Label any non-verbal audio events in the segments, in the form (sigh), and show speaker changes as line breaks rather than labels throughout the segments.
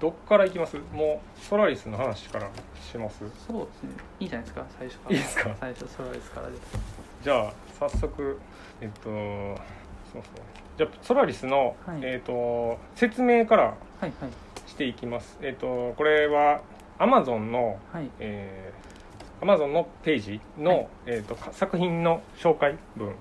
どっから行きますもうソラリスの話からします
そうですねいいじゃないですか最初から
いいですか
最初ソラリスからで
じゃあ早速えっとそうですねじゃあソラリスの、
はい
えっと説明から
はいはい
していきますえっとこれは Amazon の
はい
えー、Amazon のページの、
はい
えー、とか作品の紹介文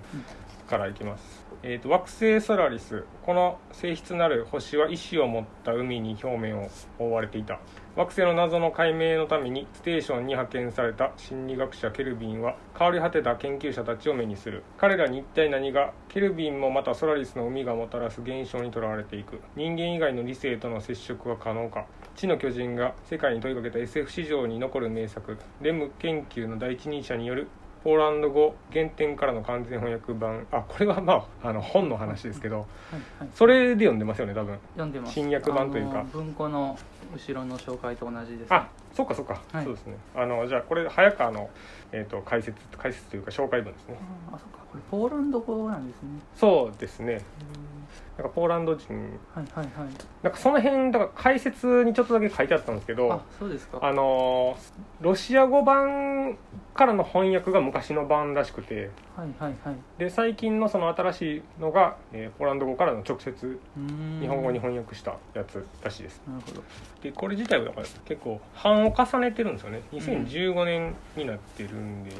からいきます、えー、と惑星ソラリスこの性質なる星は意志を持った海に表面を覆われていた惑星の謎の解明のためにステーションに派遣された心理学者ケルビンは変わり果てた研究者たちを目にする彼らに一体何がケルビンもまたソラリスの海がもたらす現象にとらわれていく人間以外の理性との接触は可能か地の巨人が世界に問いかけた SF 史上に残る名作レム研究の第一人者によるポーランド語原点からの完全翻訳版あこれはまああの本の話ですけど
はいはい
それで読んでますよね多分
読んでます
新訳版というか
あの文庫の後ろの紹介と同じです
あそっかそっか、
はい
そうですねあのじゃあこれ早川の、えー、と解説解説というか紹介文ですね
ああそっかこれポーランド語なんですね
そうですねなんかポーランド人
はいはいはい
なんかその辺だから解説にちょっとだけ書いてあったんですけど
あそうですか
あのーロシア語版からの翻訳が昔の版らしくて
はいはいはい
で最近のその新しいのが、えーポーランド語からの直接
うーん
日本語に翻訳したやつらしいです
なるほど
でこれ自体はだから結構版を重ねてるんですよね2015年になってるんで、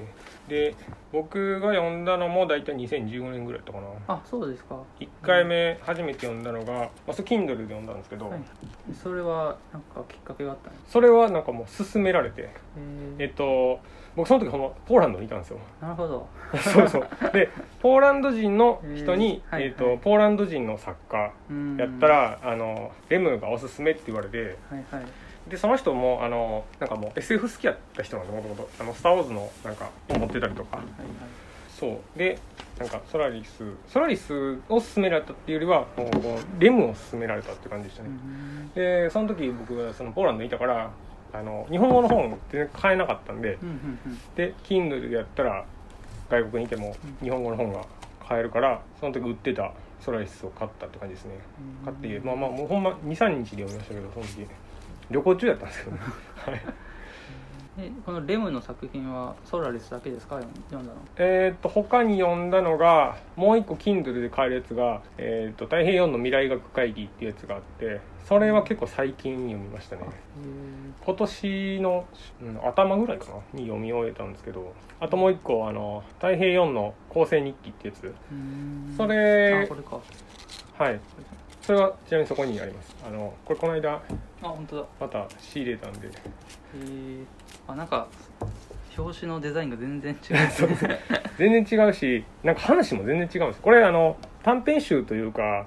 で僕が読んだのも大体2015年ぐらいだったかな
あそうですか
1回目初めて読んだのが、まあ、それ Kindle で読んだんですけど、
はいそれはなんかきっかけがあったんです
それはなんかもう勧められてえ
へー
っと僕その時このポーランドにいたんですよ (laughs)
なるほど
そうそうでポーランド人の人に、
うんはい
えっと
はい
ポーランド人の作家
うん
やったら、あのレムがおすすめって言われて
はいはい
でその人もあのなんかもう SF 好きやった人なんでもともと「あのスター・ウォーズ」のなんか持ってたりとか
はいはい
そうでなんかソラリスソラリスを勧められたっていうよりはもうこうレムを勧められたって感じでした
う
ね、
ん
でその時僕がそのポーランドにいたからあの日本語の本全然買えなかったんで
うんうんうん
で Kindle でやったら外国にいても
うん
日本語の本が買えるからその時売ってたソラリスを買ったって感じですね
うん
買ってまあまあもうほんま23日で読みましたけどその時旅行中やったんです
(laughs)
けどねはい
えこのレムの作品はソラリスだけですか読ん読んだの
えーっと他に読んだのがもう一個 Kindle で買えるやつが「えーっと太平洋の未来学会議」っていうやつがあってそれは結構最近読みましたね今年の、うん頭ぐらいかなに読み終えたんですけどあともう一個あの「太平洋の構成日記」ってやつ
うん
そ
あ
れ
これか
はいそれはちなみにそこにありますあのこれこの間
あ本当だ
また仕入れたんで
えー、あなんか表紙のデザインが全然違う
(laughs) そうですね全然違うしなんか話も全然違うんですこれあの短編集というか
はい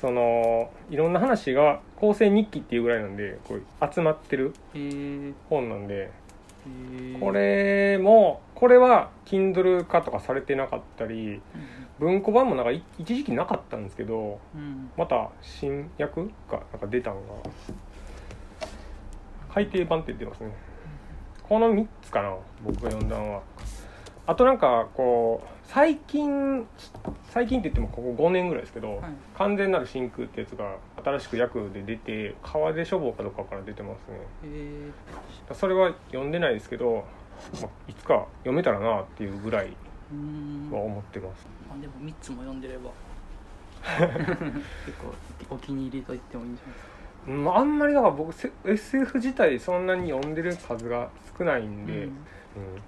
そのいろんな話が構成日記っていうぐらいなんでこう集まってる
えー
本なんで
えー
これもこれは Kindle 化とかされてなかったり文庫版もなんかい一時期なかったんですけど
うんうん
また新訳がなんか出たのが改訂版って出てますねこの3つかな僕が読んだのはあとなんかこう最近最近って言ってもここ5年ぐらいですけど、
はい
完全なる真空ってやつが新しく役で出て川出書房かどっかから出てますね
えー
それは読んでないですけど、まあ、いつか読めたらなっていうぐらいう
ーん
は思ってます
まあでも3つも読ん
(laughs)
でれば結構お気に入りと言ってもいいんじゃないですか
うんあんまりだから僕せ SF 自体そんなに読んでる数が少ないんで、
う
うん
ん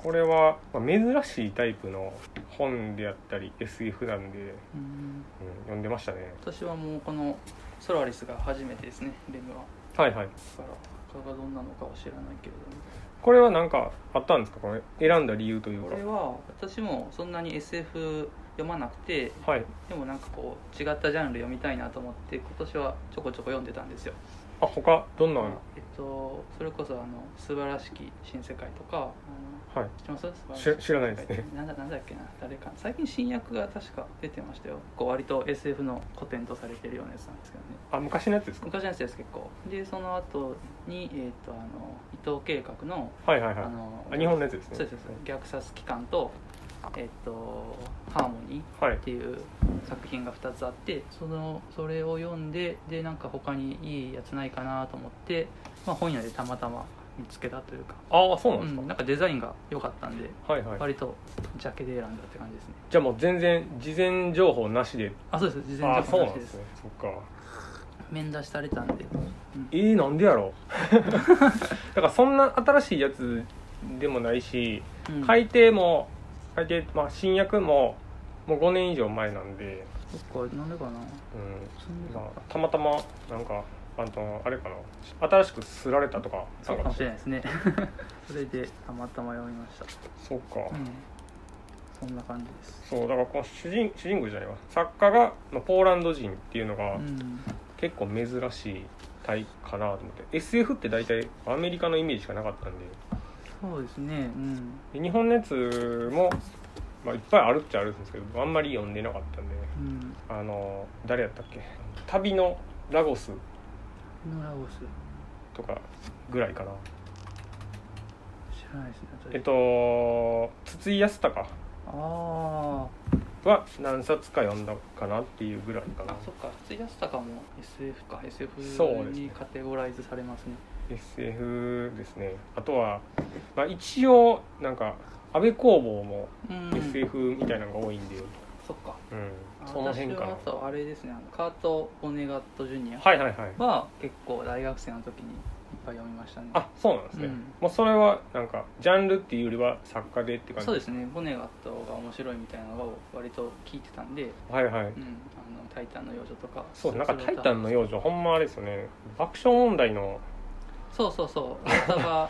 これはまあ珍しいタイプの本であったり SF なんで、うん、
うん
読んでましたね
私はもうこのソラリスが初めてですねレムは
はいはい
だから他がどんなのかは知らないけれども
これは何かあったんですかこれ選んだ理由という
こ
か
れは私もそんなに SF 読まなくて
はい
でもなんかこう違ったジャンル読みたいなと思って今年はちょこちょこ読んでたんですよ、
あ他どんな
えっと、それこそあの「素晴らしき新世界」とかあ
はい
の知ってます
し知らないですね
なんだなんだっけな誰か最近新訳が確か出てましたよこう割と SF の古典とされてるようなやつなんですけどね
あ昔のやつですか
昔のやつです結構でその後に、えっとあの伊藤計画の
はいはいはい
あの
あ日本のやつです
そう
ね
ですそうです虐殺機関とえっと「ハーモニー」
はい
っていう作品が2つあってそのそれを読んででなんか他にいいやつないかなと思って、まあ、本屋でたまたま見つけたというか、
ああそうなん
う
ですか、
ん、なんかデザインが良かったんで
はいはい
割とジャケで選んだって感じですね
じゃあもう全然事前情報なしで
あそうです事
あ
前
あ
情
そ
報
う
な
な
し
ん
で
ですすねそっか
面出しされたんで、うん
えー、なんでやろう (laughs) だからそんな新しいやつでもないし
うん
改訂も改訂、まあ、新薬ももう5年以上前なんで、
そっかなんでかな
う
そん
ん
で
ま
か
あ、たまたまなんかあのあれかな新しくすられたとか
そうかもしれ
ない
ないですね (laughs) それでたまたま読みました、
そうか、
うん、そんな感じです
そうだからこの主人主人公じゃないわ作家が、まあ、ポーランド人っていうのが
うん
結構珍しいタイかなと思って、SF って大体アメリカのイメージしかなかったんで
そうですねうん
で日本のやつも、まあ、いっぱいあるっちゃあるんですけどあんまり読んでなかったんで
うん
あの誰やったっけ旅のラゴス
ノラオス
とかぐらいかな
知らないですね
えっと筒井康隆
あ
は何冊か読んだかなっていうぐらいか
あ
な
あそっか筒井康隆も SF か SF
そうですね
にカテゴライズされますね
SF ですねあとは、まあ、一応なんか安部公房も
うん
SF みたいなのが多いんで、う
そっか
ん
あ
その辺かな
私はあとあれですねあのカート・ボネガット・ジュニア
はいはいはい
は結構大学生の時にいっぱい読みましたね
あそうなんですね、
うん
もうそれはなんかジャンルっていうよりは作家でって感じ
そうですねボネガットが面白いみたいなのを割と聞いてたんで
はいはい
「うん、あのタイタンの幼女」とか
そうなんか「
れ
タイタンの幼女」ほんまあれですよね爆笑問題の
そうそうそう歌が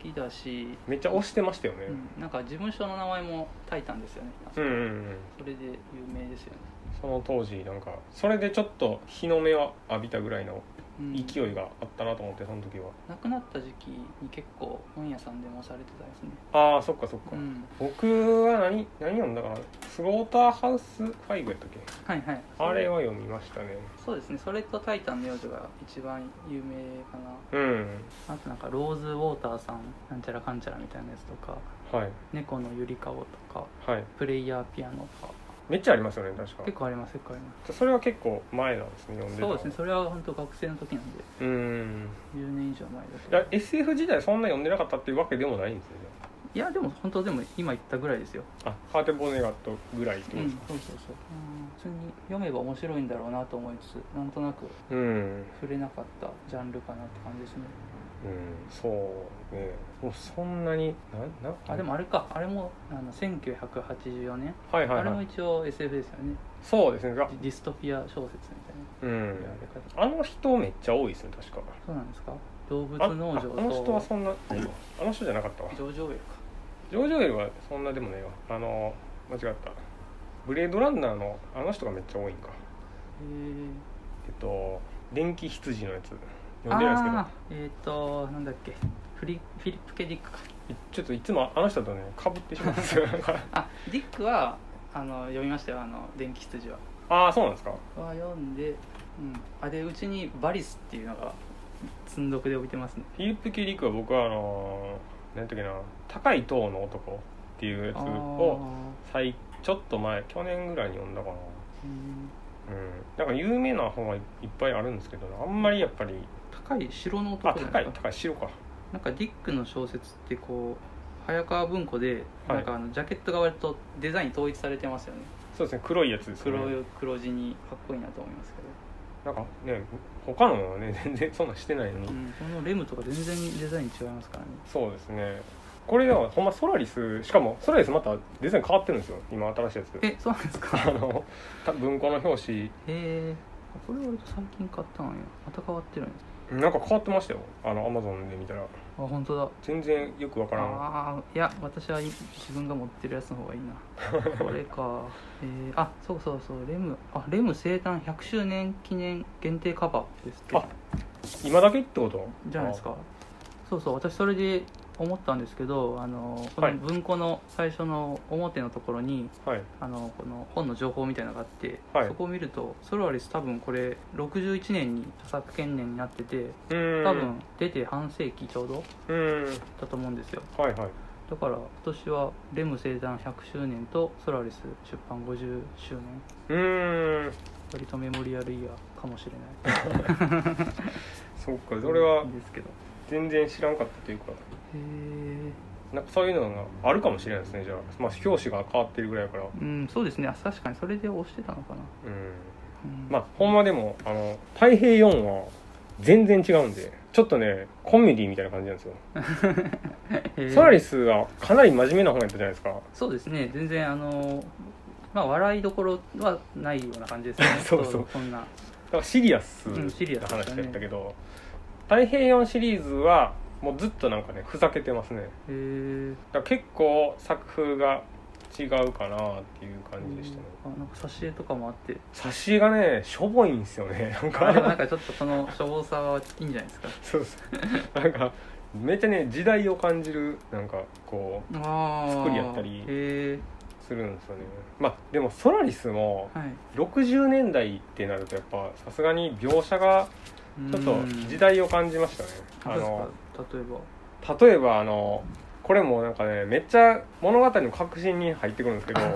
好きだし、
めっちゃ推してましたよね、
うん、なんか事務所の名前も「タイタン」ですよね
うん、うんうん
それで有名ですよね、
その当時なんかそれでちょっと日の目を浴びたぐらいの
うん、
勢いがあったなと思ってその時は
亡くなった時期に結構本屋さんでもされてたんですね
ああそっかそっか、
うん
僕は何何読んだかなスローターハウス5やったっけ
はいはい
あれは読みましたね
そうですねそれと「タイタンの幼女」が一番有名かな
うん
あとなんかローズウォーターさんなんちゃらかんちゃらみたいなやつとか
はい
猫のゆりかごとか
はい
プレイヤーピアノとか
めっちゃありますよね確か
結構あります結構ありま
それは結構前なんですね読んで
す
た
そ
の
うですねそれは本当学生の時なんで
うん
10年以上前だけ
いや
ど
SF 時代そんな読んでなかったっていうわけでもないんですよね
いやでも本当でも今言ったぐらいですよ
あカーテンボネガットぐらいってこと
うん
です
そう
か
そうそううん普通に読めば面白いんだろうなと思いつつなんとなく
うん、うん
触れなかったジャンルかなって感じですね
そうねもうそんなになんな
あでもあれかあれもあの1984年
はいはい
あれ
は
も
い
一応 SF ですよね
そうですねが
ディストピア小説みたいな
うん
言われ方
あの人めっちゃ多いですね確か
そうなんですか動物
あ
農場
ああの人は
と
そんなあの人じゃなかったわ
上場絵か
ジョージョエルはそんなでもないわあの間違ったブレードランナーのあの人がめっちゃ多いんか
へー
えっと電気羊のやつ読んでないですけど
あーえっ、となんだっけフリフィリップ・ケ・ディックか
いちょっといつもあの人とねかぶってしまうんですよなんか (laughs)
あディックはあの読みましたよあの電気羊は
ああそうなんですか
は読んで、うん、あでうちにバリスっていうのが積んどくで置いてますね
フィリップ・ケリックは僕はあのー、なんていうかな高い塔の男っていうやつ
あー
を最ちょっと前去年ぐらいに読んだかな
うん
うんなんか有名な本はいっぱいあるんですけどあんまりやっぱり
高い城の男
あ
じゃな
高い
ですか
高い白か
なんかディックの小説ってこう早川文庫で、
はい
なんかあのジャケットが割とデザイン統一されてますよね
そうですね黒いやつですね
黒い黒地にかっこいいなと思いますけど
なんかね他のはね (laughs) 全然そんなんしてないのに、
うん、このレムとか全然デザイン違いますからね
そうですねこれでもほんまソラリスしかもソラリスまたデザイン変わってるんですよ今新しいやつ
えそうなんですか
あのた文庫の表紙
へえこれ割と最近買ったのよまた変わってるんです
なんか変わってましたよあのアマゾンで見たら
あ本当だ
全然よくわからん
ああいや私はい自分が持ってるやつの方がいい
(laughs)
なこれかえー、あそうそうそうレムあレム生誕100周年記念限定カバーですって
あ今だけってこと
じゃないですかそうそう私それで思ったんですけどあのこ
は
の
い
文庫の最初の表のところに、
あはい
あのこの本の情報みたいなのがあって、
はい
そこを見るとソラリス多分これ61年に著作権年になってて
うーん
多分出て半世紀ちょうど
うーん
だと思うんですよ
はいはい
だから今年はレム生誕100周年とソラリス出版50周
う
年
ーん
割とメモリアルイヤーかもしれない
そうかそれはい
いですけどへ
全然知らんかったというか
え
なんかそういうのがあるかもしれないですねじゃあ、まあ、表紙が変わってるぐらいやから
うんそうですねあ確かにそれで押してたのかな、
うん
うん、
まあほんまでもあの太平4は全然違うんでちょっとねコメディみたいな感じなんですよ、
へえ
ソラリスはかなり真面目な本やったじゃないですか
そうですね全然あのまあ笑いどころはないような感じですね
(laughs) そうそう
こんな
だからシリアス
うんシリア
な
スで
話
したね
だったけど、太平洋シリーズはもうずっとなんかねふざけてますね
へえ
だから結構作風が違うかなっていう感じでしたね
あなんか挿絵とかもあ
(laughs)
って
挿絵がねしょぼいんですよね (laughs) なん
あでもなん
か
かちょっとその処方さはいいんじゃな
(laughs)
いですか
そうそうなんかめっちゃね時代を感じるなんかこ
ああ
作りやったり
へえ
うするんですよねまあでもソラリスも
はい
60年代ってなるとやっぱさすがに描写がちょっと時代を感じましたねあ
あ
の
の例えば
例えばあのこれもなんかねめっちゃ物語の核心に入ってくるん
(laughs)
ですけどあ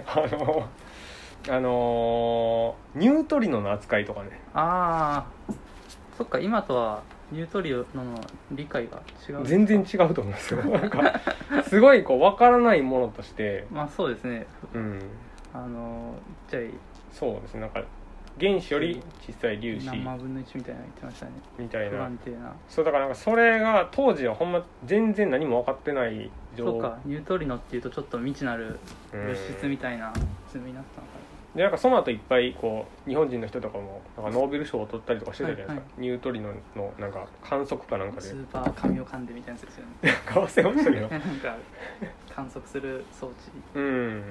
のあのニュートリノの扱いとかね
ああそっか今とはニュートリオの理解が違う
全然違うと思うんです
(laughs)
よなんかすごいこう分からないものとして
まあそうですね
うん
あのちっち
そうですねなんか原子より小さい
ゃい
粒子
何万分の1みたいなの言ってましたね
みたい
不
な
安定な
そうだからなんかそれが当時はほんま全然何も分かってない状
そうかニュートリノっていうとちょっと未知なる
うん
物質みたいな積みになったのか
でなんかその後いっぱいこう日本人の人とかもなんかノーベル賞を取ったりとかしてたじゃないですか、
は
ニュートリノのなんか観測かなん
な
かで
スーパー紙を噛んでみたいなやつですよね
かわせましたけ
(laughs)
ど
なんか観測する装置
うん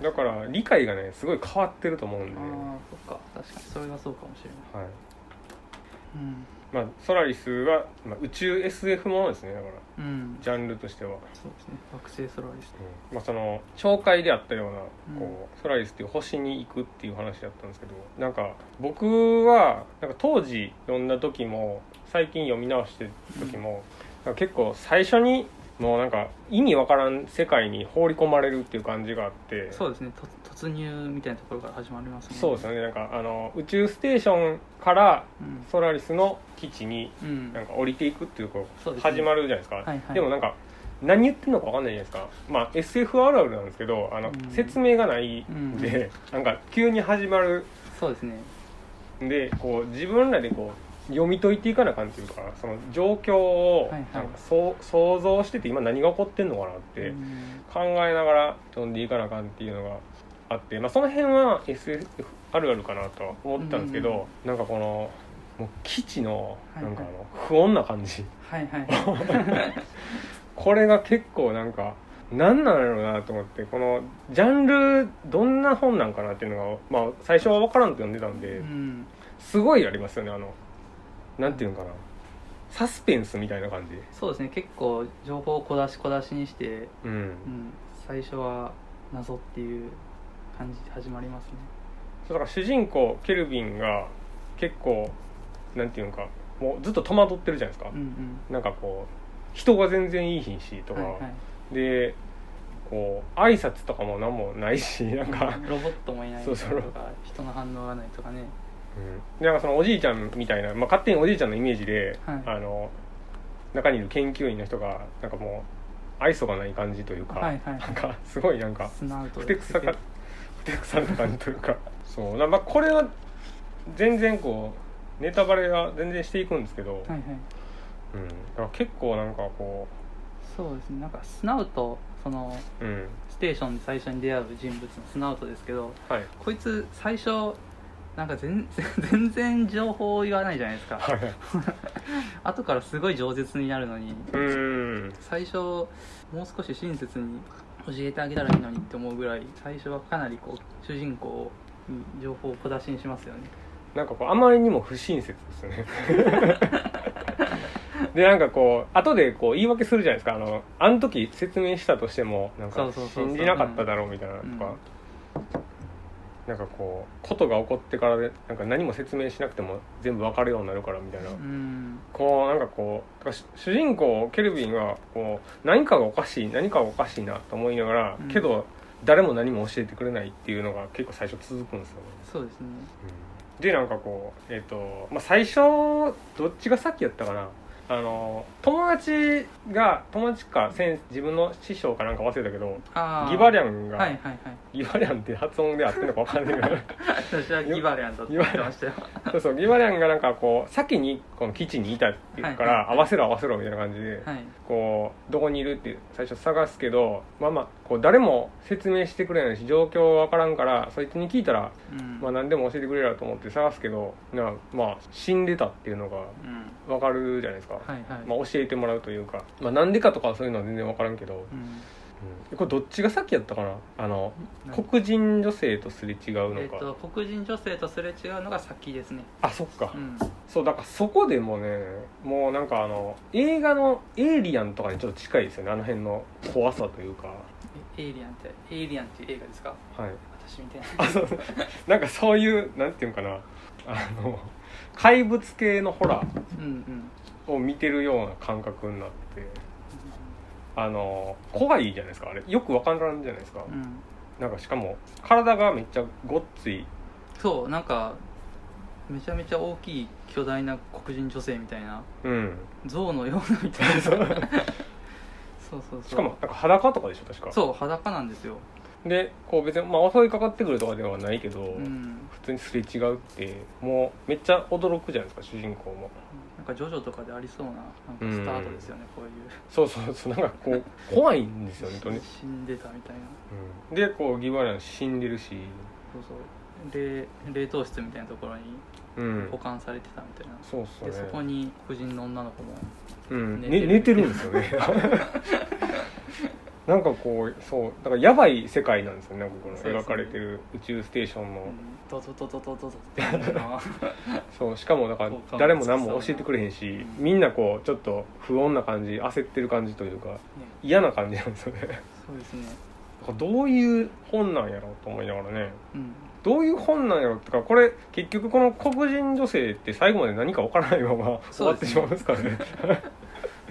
だから理解がねすごい変わってると思うんで、
あ
は
あそっか確かにそれはそうかもしれない
い
うん
まあ、ソラリスは、まあ、宇宙 SF ものですねだから
うん
ジャンルとしては、
そうですね惑星ソラリス
うんまあ、その紹介であったような
うん
こうソラリスっていう星に行くっていう話だったんですけどなんか僕はなんか当時読んだ時も最近読み直してる時も、なんか結構最初にもうなんか意味わからん世界に放り込まれるっていう感じがあって
そうですねと突入みたいなところから始まりますね
そうですよねなんかあの宇宙ステーションから
うん
ソラリスの基地に
うん
なんか降りていくっていうこ
そう
う
ですね
始まるじゃないですかで
はいはい
もなんか何言ってるのかわかんないじゃないですか、まあ、SF あるあるなんですけどあの、
うん
説明がない
うん
んで、なんか急に始まる
そうですね
んでこう自分らでこう読み解いていかなあかんというかその状況を
はいはい
なんかそう想像してて今何が起こってんのかなって
うん
考えながら読んでいかなあかんっていうのがあって、まあ、その辺は SF あるあるかなとは思ったんですけど、なんかこのもう基地のなんかあの不穏な感じ、
はいはい
(laughs)
は
これが結構なんか何なんやろうなと思ってこのジャンルどんな本なんかなっていうのが、まあ、最初は分からんと読んでたん
い
で
うん
すごいありますよねあのなんていうんかなサスペンスみたいな感じ
そうですね結構情報を小出し小出しにして、
うん
うん、最初は謎っていう感じで始まりますね
そうだから主人公ケルビンが結構なんていうんかもうずっと戸惑ってるじゃないですか、
うん
なんかこう人が全然いい品しと
うん
か、
はいはい
でこう挨拶とかも何もないしなんか
ロボットもいないとか
そうそう
人の反応がないとかね
でなんかそのおじいちゃんみたいな、まあ、勝手におじいちゃんのイメージで、
はい
あの中にいる研究員の人がなんかもう愛想がない感じというか、
はいはい
なんかすごいなんか
スナウト
ふてくさかふてくさな感じという
(laughs)
かそうなまあこれは全然こうネタバレが全然していくんですけど、
はい
う
はい
ん、だから結構なんかこ
そうですねなんかスナウトその
ううん
ステーションで最初に出会う人物のスナウトですけど
はい
こいつ最初なんか全 (laughs) 全然情報を言わないじゃないですか
はい
後からすごい饒舌になるのに
うーん
最初もう少し親切に教えてあげたらいいのにって思うぐらい最初はかなりこう主人公に情報を小出しにしますよね
なんかこうあまりにも不親切ですね (laughs) でなんかこう後でこう言い訳するじゃないですかあのあの時説明したとしてもなん
そ
か
うそうそうそう
信じなかっただろうみたいなとか、
うん
なんかこうことが起こってからでなんか何も説明しなくても全部わかるようになるからみたいな、
うん
こうなんかこうだからし主人公ケルビンはこう何かがおかしい何かがおかしいなと思いながら、
うん
けど誰も何も教えてくれないっていうのが結構最初続くんですよね。
そうですね
でなんかこうえっ、と、まあ、最初どっちが先やったかなあの友達が友達か先自分の師匠かなんか忘れたけど
ああ
ギバリ
ン
ャンが、
はいはいはい
ギバリャンって発音で合ってるのか分かんないけ
(laughs)
ど
私はギバリャンだと言ってましたよ
そうそうギバリャンがなんかこう先にこの基地にいたっていうから、
はいはいはい
合わせろ合わせろみたいな感じで、
はい
こうどこにいるって最初探すけどまあまあこう誰も説明してくれないし状況分からんからそいつに聞いたら
うん
まあ、何でも教えてくれると思って探すけどなまあ死んでたっていうのが
うん
分かるじゃないですか、
はいはい
まあ、教えてもらうというかまあ、なんでかとかはそういうのは全然分からんけど、
うん
うんこれどっちが先やったかなあの
なんか
黒人女性とすれ違うのか、
えっと黒人女性とすれ違うのが先ですね
あそっか、
うん
そうだからそこでもねもうなんかあの映画の「エイリアン」とかにちょっと近いですよねあの辺の怖さというか
えエイリアンってエイリアンっていう映画ですか
はい
私見てない
あそうそうなんかそういうなんていうんかなあの怪物系のホラー
うんうん
を見てるような感覚になってあの怖いじゃないですかあれよくわからんじゃないですか、
うんうん
なんかしかも体がめっちゃごっつい
そうなんかめちゃめちゃ大きい巨大な黒人女性みたいな
うん (laughs)
象のようなみたいな
そ
そう
う
そうそう
しかもなんか裸とかでしょ確か
そう裸なんですよ、
でこう別に、まあ、襲いかかってくるとかではないけど、
うん、
普通にすれ違うってもうめっちゃ驚くじゃないですか主人公も
なんかジョジョとかでありそうななんかスタートですよね、こういう
そうそうそうなんかこ
(laughs)
う怖いんですよねとね、
死んでたみたいな
うん、でこうギバラン死んでるし
そうそう冷冷凍室みたいなところに
うん
保管されてたみたいな、
そうっすね
でそこに黒人の女の子も
うん、寝
寝て
寝
る
てるんです
(laughs)
よねなんかこうそうだからやばい世界なんですよねなんかこの
そうですね
描かれてる宇宙ステーションの、
うんドドドドドドドって感じの
そうしかもだから
そうか
誰も何も教えてくれへんし
うん
みんなこうちょっと不穏な感じ焦ってる感じというか
ね
嫌な感じなんですよねだか
そうですね
らどういう本なんやろうと思いながらね
うん
どういう本なんやろうとかこれ結局この黒人女性って最後まで何か分からないまま終わってしまうんですからね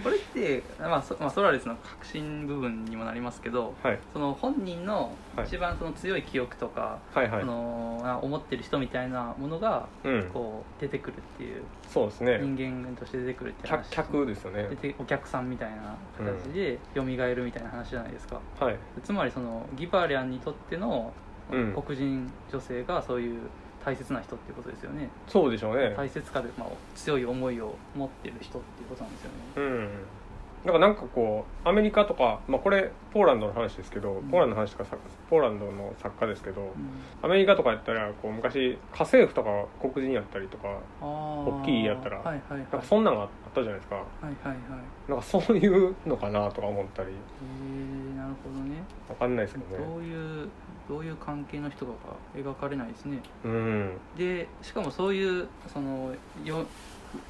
これって、まあそまあ、ソラリスの核心部分にもなりますけど
はい
その本人の
はい
一番その強い記憶とか、
はいはい
そのあ思ってる人みたいなものが
うん
こう出てくるっていう、
そうですね
人間として出てくるって話
客客ですよね
出てお客さんみたいな形で蘇るみたいな話じゃないですか、
はい
つまりそのギバリャンにとっての
うん
黒人女性がそういう大切な人っていうことですよね、
そうでしょうね
大切かで、まあ、強い思いを持ってる人っていうことなんですよね
うんだからなんかこうアメリカとか、まあ、これポーランドの話ですけど、
ん
ポーランドの話とか作ポーランドの作家ですけどアメリカとかやったらこう昔家政婦とか黒人やったりとか
大
大きいやったら
はいはいはい
なんかそんなんがあったじゃないですか
はいはいはい
なんかそういうのかなとか思ったり
えー、なるほどね
わかんないですけどね
どういうどういう関係の人かが描かれないですね
うん
でしかもそういうそのよ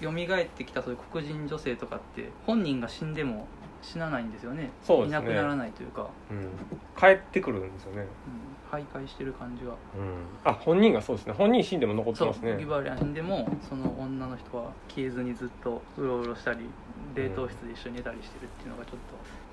蘇ってきたそういう黒人女性とかって本人が死んでも死なないんですよね
そう
い
です
な
ね
くならないというか、
うん、帰ってくるんですよね、
うん、徘徊してる感じが
うん、あ本人がそうですね本人死んでも残って
そ
ま
う
すね
ギバリアン死んでもその女の人は消えずにずっとうろうろしたり冷凍室で一緒に寝たりしてるっていうのがちょっ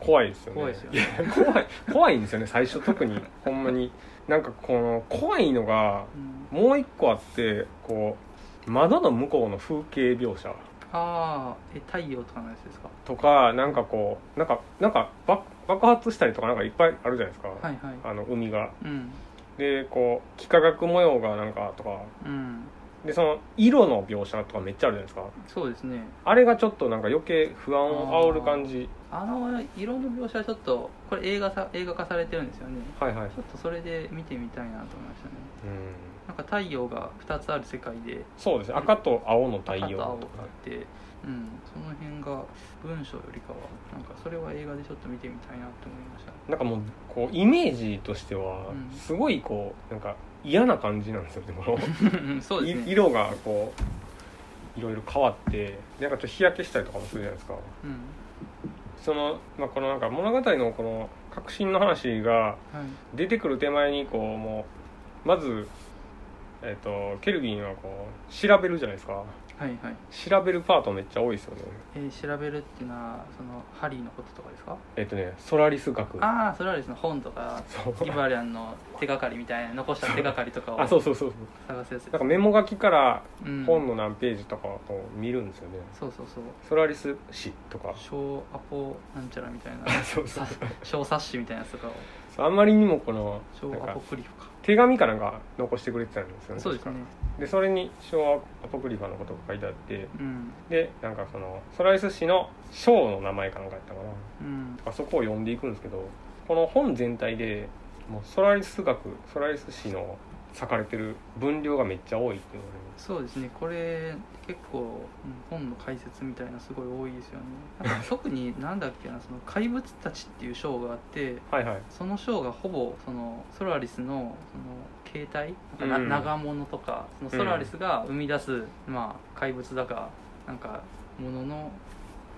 怖いですよね
怖いですよね
や怖い怖いんですよね最初特にほんまになんかこの怖いのが
と、うん、
もう一個あってこう窓の向こうの風景描写
ああえ太陽とかのやつですか
とかなんかこうなんかなんか爆爆発したりとかなんかいっぱいあるじゃないですか、
はいはい
あの海が
うん
でこう幾何学模様がなんかとか
うん
でその色の描写とかめっちゃあるじゃないですか
そうですね
あれがちょっとなんか余計不安を煽る感じ
あの色の描写はちょっとこれ映画さ映画化されてるんですよね
はいはい、うん
ちょっとそれで見てみたいなと思いましたねなんか太陽が2つある世界で
そうですね赤と青の太
赤
陽
と青が
と
あ
か
ってうんその辺が文章よりかはなんかそれは映画でちょっと見てみたいなと思いました
なんかもうこうイメージとしては
うん
すごいこうなんか嫌な感じなんですよねこの
ねそうです
い
ね、
色がこういろいろ変わってなんかちょっと日焼けしたりとかもするじゃないですか
うん
その、まあ、このなんか物語のこの核心の話が
はい、
出てくる手前にこうもうまず、えっとケルビンはこう調べるじゃないですか
はいはい、
調べるパートめっちゃ多いですよね
えー調べるっていうのはそのハリーのこととかですか
えっ、とねソラリス学
ああそれはですね本とか
そう
ギバリャンの手がかりみたいな残した手がかりとか
(laughs)
を
あそうそうそうそう
探すやつ
なんかメモ書きから
うん
本の何ページとかをこう見るんですよね、
そうそうそう
ソラリス誌とか
小アポなんちゃらみたいな
(laughs) そうそう
さ小冊子みたいなやつとかを
あんまりにもこの
小
なん
ア
か
ポクリフか
手紙かなんか残してくれてたんですよね
そうですね
確かでそれに昭和アポクリファのことが書いてあって
うん
でなんかそのソラリス氏の章の名前かなんかやったかな
うん
あそこを読んでいくんですけどこの本全体でもうソラリス学ソラリス氏の割かれてる分量がめっちゃ多いっていうのがね
そうですねこれ結構、うん本の解説みたいなすごい多いですよねなんか特になんだっけなその怪物たちっていう章があって
はいはい
その章がほぼそのソラリスのその携帯なんかな、
うん
長物とかそのソラリスが生み出す、まあ、怪物だかなんかものの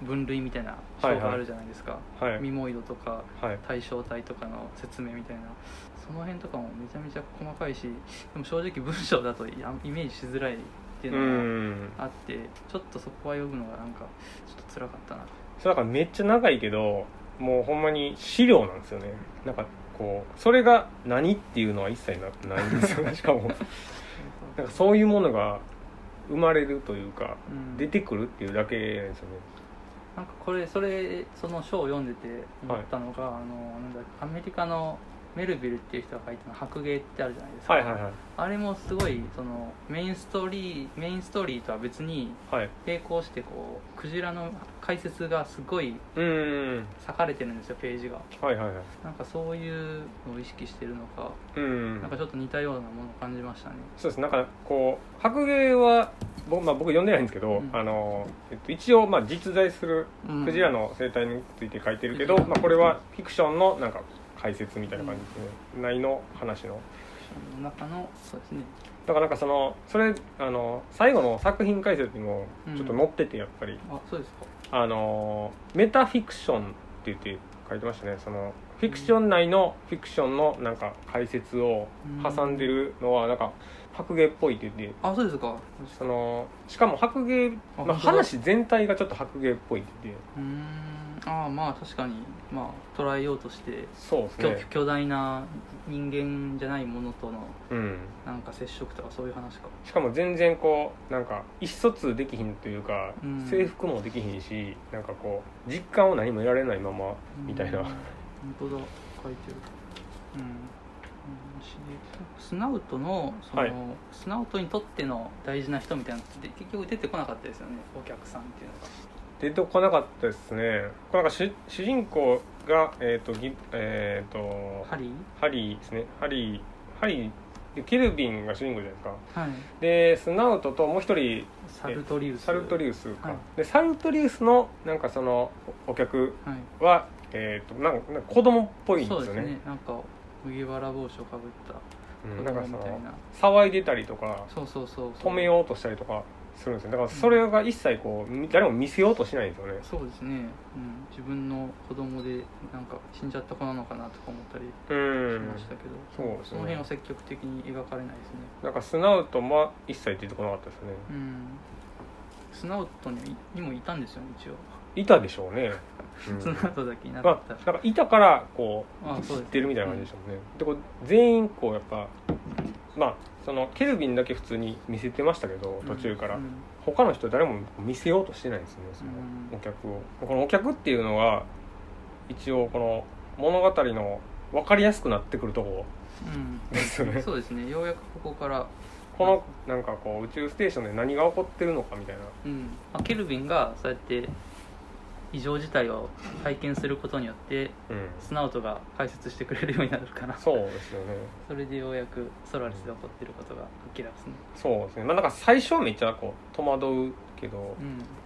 分類みたいな章があるじゃないですか、
はい
ミモイドとか
はい
対象体とかの説明みたいなその辺とかもめちゃめちゃ細かいしでも正直文章だといやイメージしづらいっていううの
ん
があってちょっとそこは読むのがなんかちょっと辛かったな
そうだからめっちゃ長いけどもうほんまに資料なんですよねなんかこうそれが何っていうのは一切なないんですよ
(laughs)
ねしかもなんかそういうものが生まれるというか
うん
出てくるっていうだけなんですよね
なんかこれそれその書を読んでて思ったのが、あのなんだアメリカのメルビルっていう人が書いたの「白芸」ってあるじゃないですか、
はいはいはい
あれもすごいそのメインストーリーメインストーリーとは別に
はい
並行してこうクジラの解説がすごい
うんうんうん
裂かれてるんですよページが
はいはいはい
なんかそういうのを意識してるのか、
うんうん
なんかちょっと似たようなものを感じましたね
そうですなんかこう白芸は僕,、まあ、僕読んでないんですけど、
うん
あのえっと、一応まあ実在する
うん
クジラの生態について書いてるけど、
うん
まあ、これはフィクションのなんか解説みたいな感じですね、内の話の
その中のそうですね
だからなんかそのそれあの最後の作品解説にもちょっと載っててやっぱり、
あそうですか
あのメタフィクションって言って書いてましたねそのフィクション内のフィクションのなんか解説を挟んでるのはなんか白芸っぽいって言って
あそうですか
そのしかも白芸、ま
あ
あ、
本当だ
話全体がちょっと白芸っぽいって言って
うーんああまあ確かにまあ捉えようとして
そうです
巨
ね
巨大な人間じゃないものとの
うん
なんか接触とかそういう話か
しかも全然こうなんか意思疎通できひんというか、
うん
制服もできひんしなんかこう実感を何も得られないままみたいな、
うん本当だ書いてるうんうんしスナウトのその、
はい
スナウトにとっての大事な人みたいなのって結局出てこなかったですよねお客さんっていうのが
出てこなかったですねこれなんか主主人公がえっ、とぎえっ、と
ハリー
ハリーですねハリーハリーでケルビンが主人公じゃないですか
はい
でスナウトともう一人
サルトリウス
サルトリウスか、
はい
でサルトリウスのなんかそのお客
はい
は、えー、となんかなんか子供っぽいんです
そ
よ
う
ね
ですねなんか麦わら帽子をかぶった
うんな
子
ん
供
か
み
そ
たい
の
な
騒いでたりとか
そうそうそうそう
止めようとしたりとかするんですよだからそれが一切こうみ誰も見せようとしないんですよね
そうですね、うん、自分の子供でなんか死んじゃった子なのかなとか思ったりし
う
ま
ん
したけ
そ
ど、
うですね
その辺は積極的に描かれないですね
なんかスナウトも一切出てこなかったですね
うんスナウトににもいたんですよね一応、
いたでしょうね、うん
スナウトだけいなか
ま
っ
あ、
た
なんかいたからこ
あ
う
そうで
知
す
ってるみたいな感じでしたもんね、でこう全員こうやっぱまあそのケルビンだけ普通に見せてましたけど途中から、
うん
他の人誰も見せようとしてないですねその
うん
お客をこのお客っていうのは一応この物語の分かりやすくなってくるとこ
うん
(laughs) ですよね
そうですねようやくここから
このなんかこう宇宙ステーションで何が起こってるのかみたいな
うん、まあケルビンがそうやって異常事態を体験することによって
うん
スナウトが解説してくれるようになるかな
そうですよね
それでようやくソラリスで起こってることが明らかですね
そうですねまあなんか最初はめっちゃこう戸惑うけど
うん、うん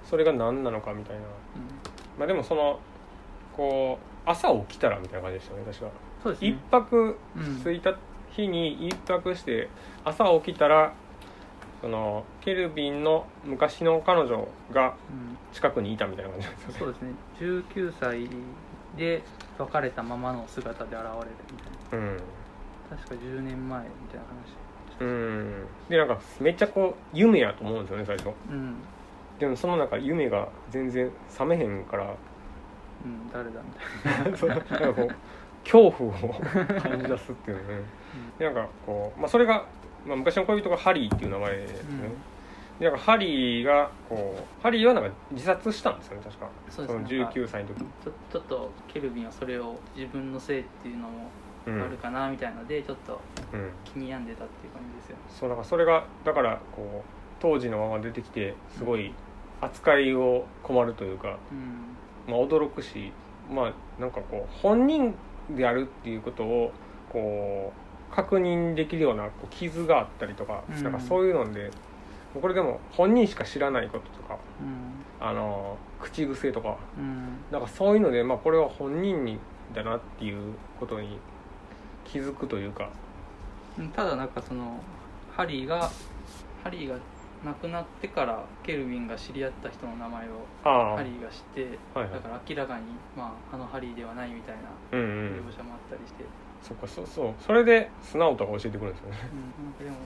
それが何なのかみたいなまあでもそのこう朝起きたらみたいな感じでしたね確か
そうです
一
ね
泊
うん
着いた日に一泊して朝起きたらそのケルビンの昔の彼女が
うん
近くにいたみたいな感じなんですよね
そうですね19歳で別れたままの姿で現れるみたいな
うん
確か10年前みたいな話
うんでなんかめっちゃこう夢やと思うんですよね最初
うん
でもその中夢が全然冷めへんから
うん誰だみた
(laughs)
い
そうなんかこう恐怖を感じ出すっていうのねでなんかこう、まあ、それが、まあ、昔の恋人がハリーっていう名前ですね、でなんかハリーがこうハリーはなんか自殺したんですよね確か
そうですね
の19歳の時
な、ちょちょっとケルビンはそれを自分のせいっていうのも
うん
あるかなみたいので、ちょっと
うん、
気に病んでたっていう感じですよね
そうだからそれがだからこう当時のまま出てきてすごい扱いを困るというか、
うん
まあ、驚くしまあなんかこう本人であるっていうことをこう確認できるようなこう傷があったりとか,、
うん
なんかそういうのでこれでも本人しか知らないこととか
うん
あの口癖とか
うん
なんかそういうので、まあ、これは本人にだなっていうことに気づくというか、
うんただなんかそのハリーがハリーが亡くなってからケルビンが知り合った人の名前を
ああ、
ハリーが知って
はい
だ
はい
から明らかに、まあ、あのハリーではないみたいな
うんう
描
ん、
写もあったりして、う
そっかそうそうそれで素直とか教えてくるんですよね
んなんかでも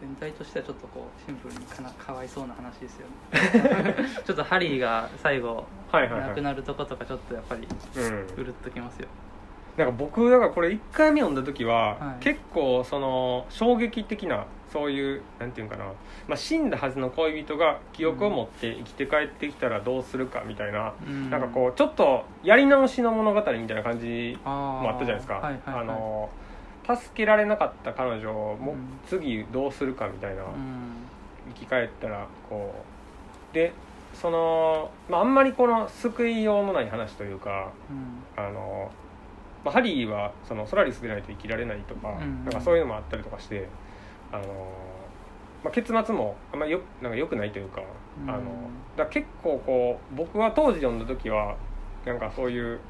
全体としてはちょっとこうシンプルにかなかわいそうな話ですよ
(laughs)
ねちょっとハリーが最後
はいはい
亡
はい
くなるとことかちょっとやっぱり
うん
うるっときますよ、
なんか僕だからこれ1回目読んだ時は、
はい
結構その衝撃的なそういうなんていうんかな、まあ、死んだはずの恋人が記憶を持って生きて帰ってきたらどうするかみたいな、
うん
なんかこうちょっとやり直しの物語みたいな感じ
あー
もあったじゃないですか、
はいはいはい
あの助けられなかった彼女をも、
うん
次どうするかみたいな、
うん
生き返ったらこうでその、まあ、あんまりこの救いようのない話というか
うん
あの、まあ、ハリーはそのソラリスでないと生きられないとか,、
うん
なんかそういうのもあったりとかしてあの、まあ、結末もあんまりよなんか良くないというか,、
うん
あのだから結構こう僕は当時読んだ時はなんかそういう、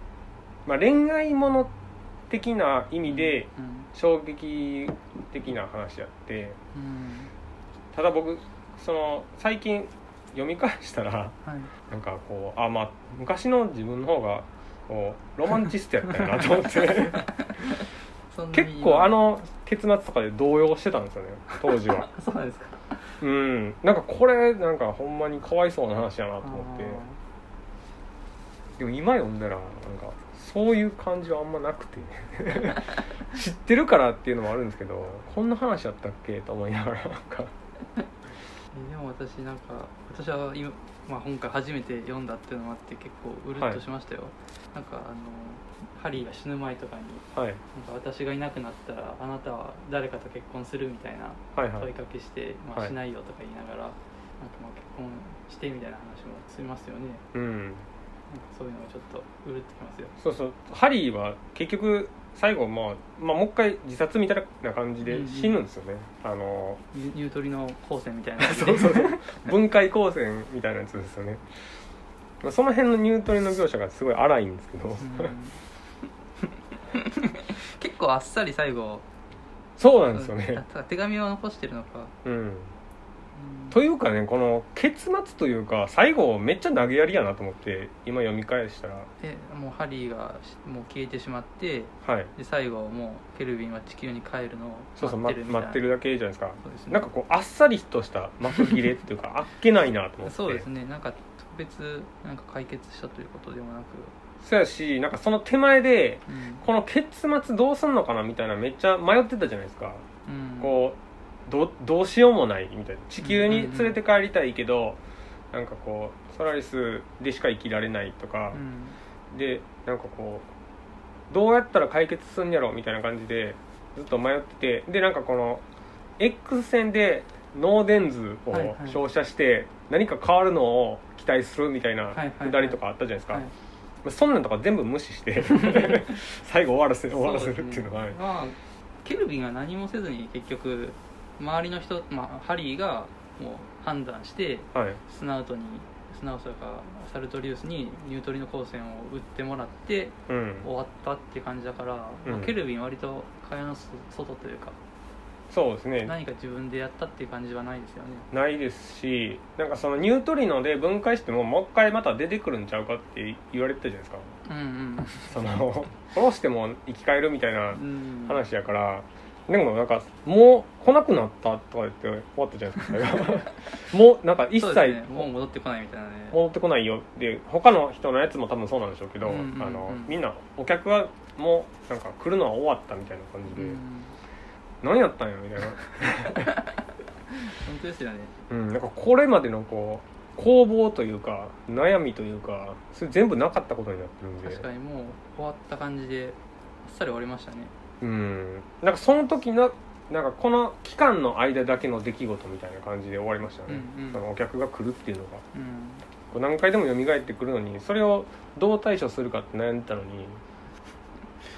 まあ、恋愛もの的な意味で
うん
衝撃的な話やって
うん
ただ僕その最近読み返したら
はい
なんかこうあまあ昔の自分の方がこうロマンチストやったよなと思って
(laughs) そんなに
結構あの結末とかで動揺してたんですよね当時は
そうなんですか
うんなんかこれなんかほんまにかわいそうな話やなと思ってでも今読んだらなんかそういう感じはあんまなく
(laughs)
て知ってるからっていうのもあるんですけどこんな話やったっけと思いながらなんか
えでも私なんか私は今、まあ、今回初めて読んだっていうのもあって結構うるっとしましたよ、なんかあのハリーが死ぬ前とかに
はい
なんか私がいなくなったらあなたは誰かと結婚するみたいな
はいは
問い
い
かけして、ま
は
あ、
い
しないよとか言いながら、なんかまあ結婚してみたいな話もしますよね
うん
なんかそういうのがちょっとうるっときますよ
そうそうハリーは結局最後、まあ、まあもう一回自殺みたいな感じで死ぬんですよね、あの
ニュニュートリノ光線みたいな
(laughs) そうそうそう分解光線みたいなやつですよねまあその辺のニュートリノ描写がすごい荒いんですけど
うん結構あっさり最後
そうなんですよ
あ
ね
ただ手紙を残してるのか
うん
うん
というかねこの結末というか最後めっちゃ投げやりやなと思って今読み返したら
でもうハリーがしもう消えてしまって
はい
で最後もうケルビンは地球に帰るの
そうそ
を
う
待
待
ってるみたいな
待ってるだけじゃないですか
そうですね
なんかこうあっさりとした幕切れっていうかあっけないなと思って
そうですねなんか特別なんか解決したということでもなく、
そうやしなんかその手前で
うん
この結末どうすんのかなみたいなめっちゃ迷ってたじゃないですか、
うん
こうどどうしようもないみたいな地球に連れて帰りたいけど、なんかこうソラリスでしか生きられないとか
う、ん
でなんかこうどうやったら解決すんやろみたいな感じでずっと迷っててでなんかこの X 線で脳電図
はいは
を
い
照射して何か変わるのを期待するみたい
は
ない
はいはい
くだりとかあったじゃないですか、
はい
まあそんなんとか全部無視して
(laughs)
最後終わらせ終わらせるっていうのは、
そですねまあ、ケルビンが何もせずに結局周りの人、まあ、ハリーがもう判断して
はい
スナウトにスナウトかサルトリウスにニュートリノ光線を打ってもらって
うん
終わったって感じだから、
うん
まあケルビン割と蚊帳の外というか
そうですね
何か自分でやったっていう感じはないですよね
ないですしなんかそのニュートリノで分解してももう一回また出てくるんちゃうかって言われてたじゃないですか
うん
その殺しても生き返るみたいな
うん、うん、
話やから、でもなんかもう来なくなったとか言って終わったじゃないですか最
(laughs)
後もうなんか一
そう
切、
ですね、もう戻ってこないみたいなね
戻ってこないよで他の人のやつも多分そうなんでしょうけど、
うんうんうん
あのみんなお客はもうなんか来るのは終わったみたいな感じ
う
で、
ん
何やったんやみたい
(laughs)
な、
本当ですよね
うん、なんかこれまでのこう攻防というか悩みというかそれ全部なかったことになってるんで
確かにもう終わった感じであっさり終わりましたね
うんなんかその時のなんかこの期間の間だけの出来事みたいな感じで終わりましたね、
うんうん
そのお客が来るっていうのが
うん
こう何回でも蘇ってくるのにそれをどう対処するかって悩んでたのに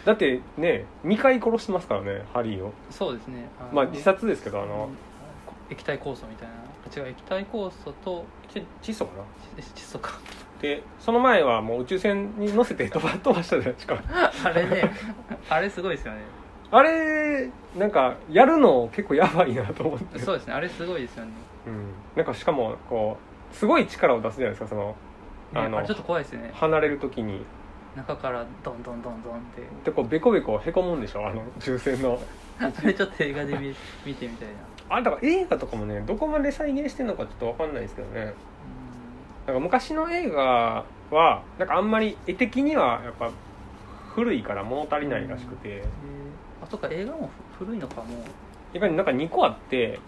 だってね2回殺してますからねハリーを
そうですねの
まあ自殺ですけどあの
液体酵素みたいな違う液体酵素と
ち窒素かな
ち窒
(laughs)
素か
でその前はもう宇宙船に乗せて飛ば飛ばしたじゃないですか
あれねあれすごいですよね
あれなんかやるの結構やばいなと思って、
そうですねあれすごいですよねね
うん、なんかしかもこうすごい力を出すじゃないですかそのあ
あ
の
れちょっと怖いですよね
離れる時に
中からドンドンドンドンって
でこうベコベコへこむんでしょあの宇宙船の
それちょっと映画で見見てみたいな
あだから映画とかもねどこまで再現してんのかちょっと分かんないですけどねなんか昔の映画はなんかあんまり絵的にはやっぱ古いから物足りないらしくて
うんあそっか映画も古いのかもう
いかになんか2個あって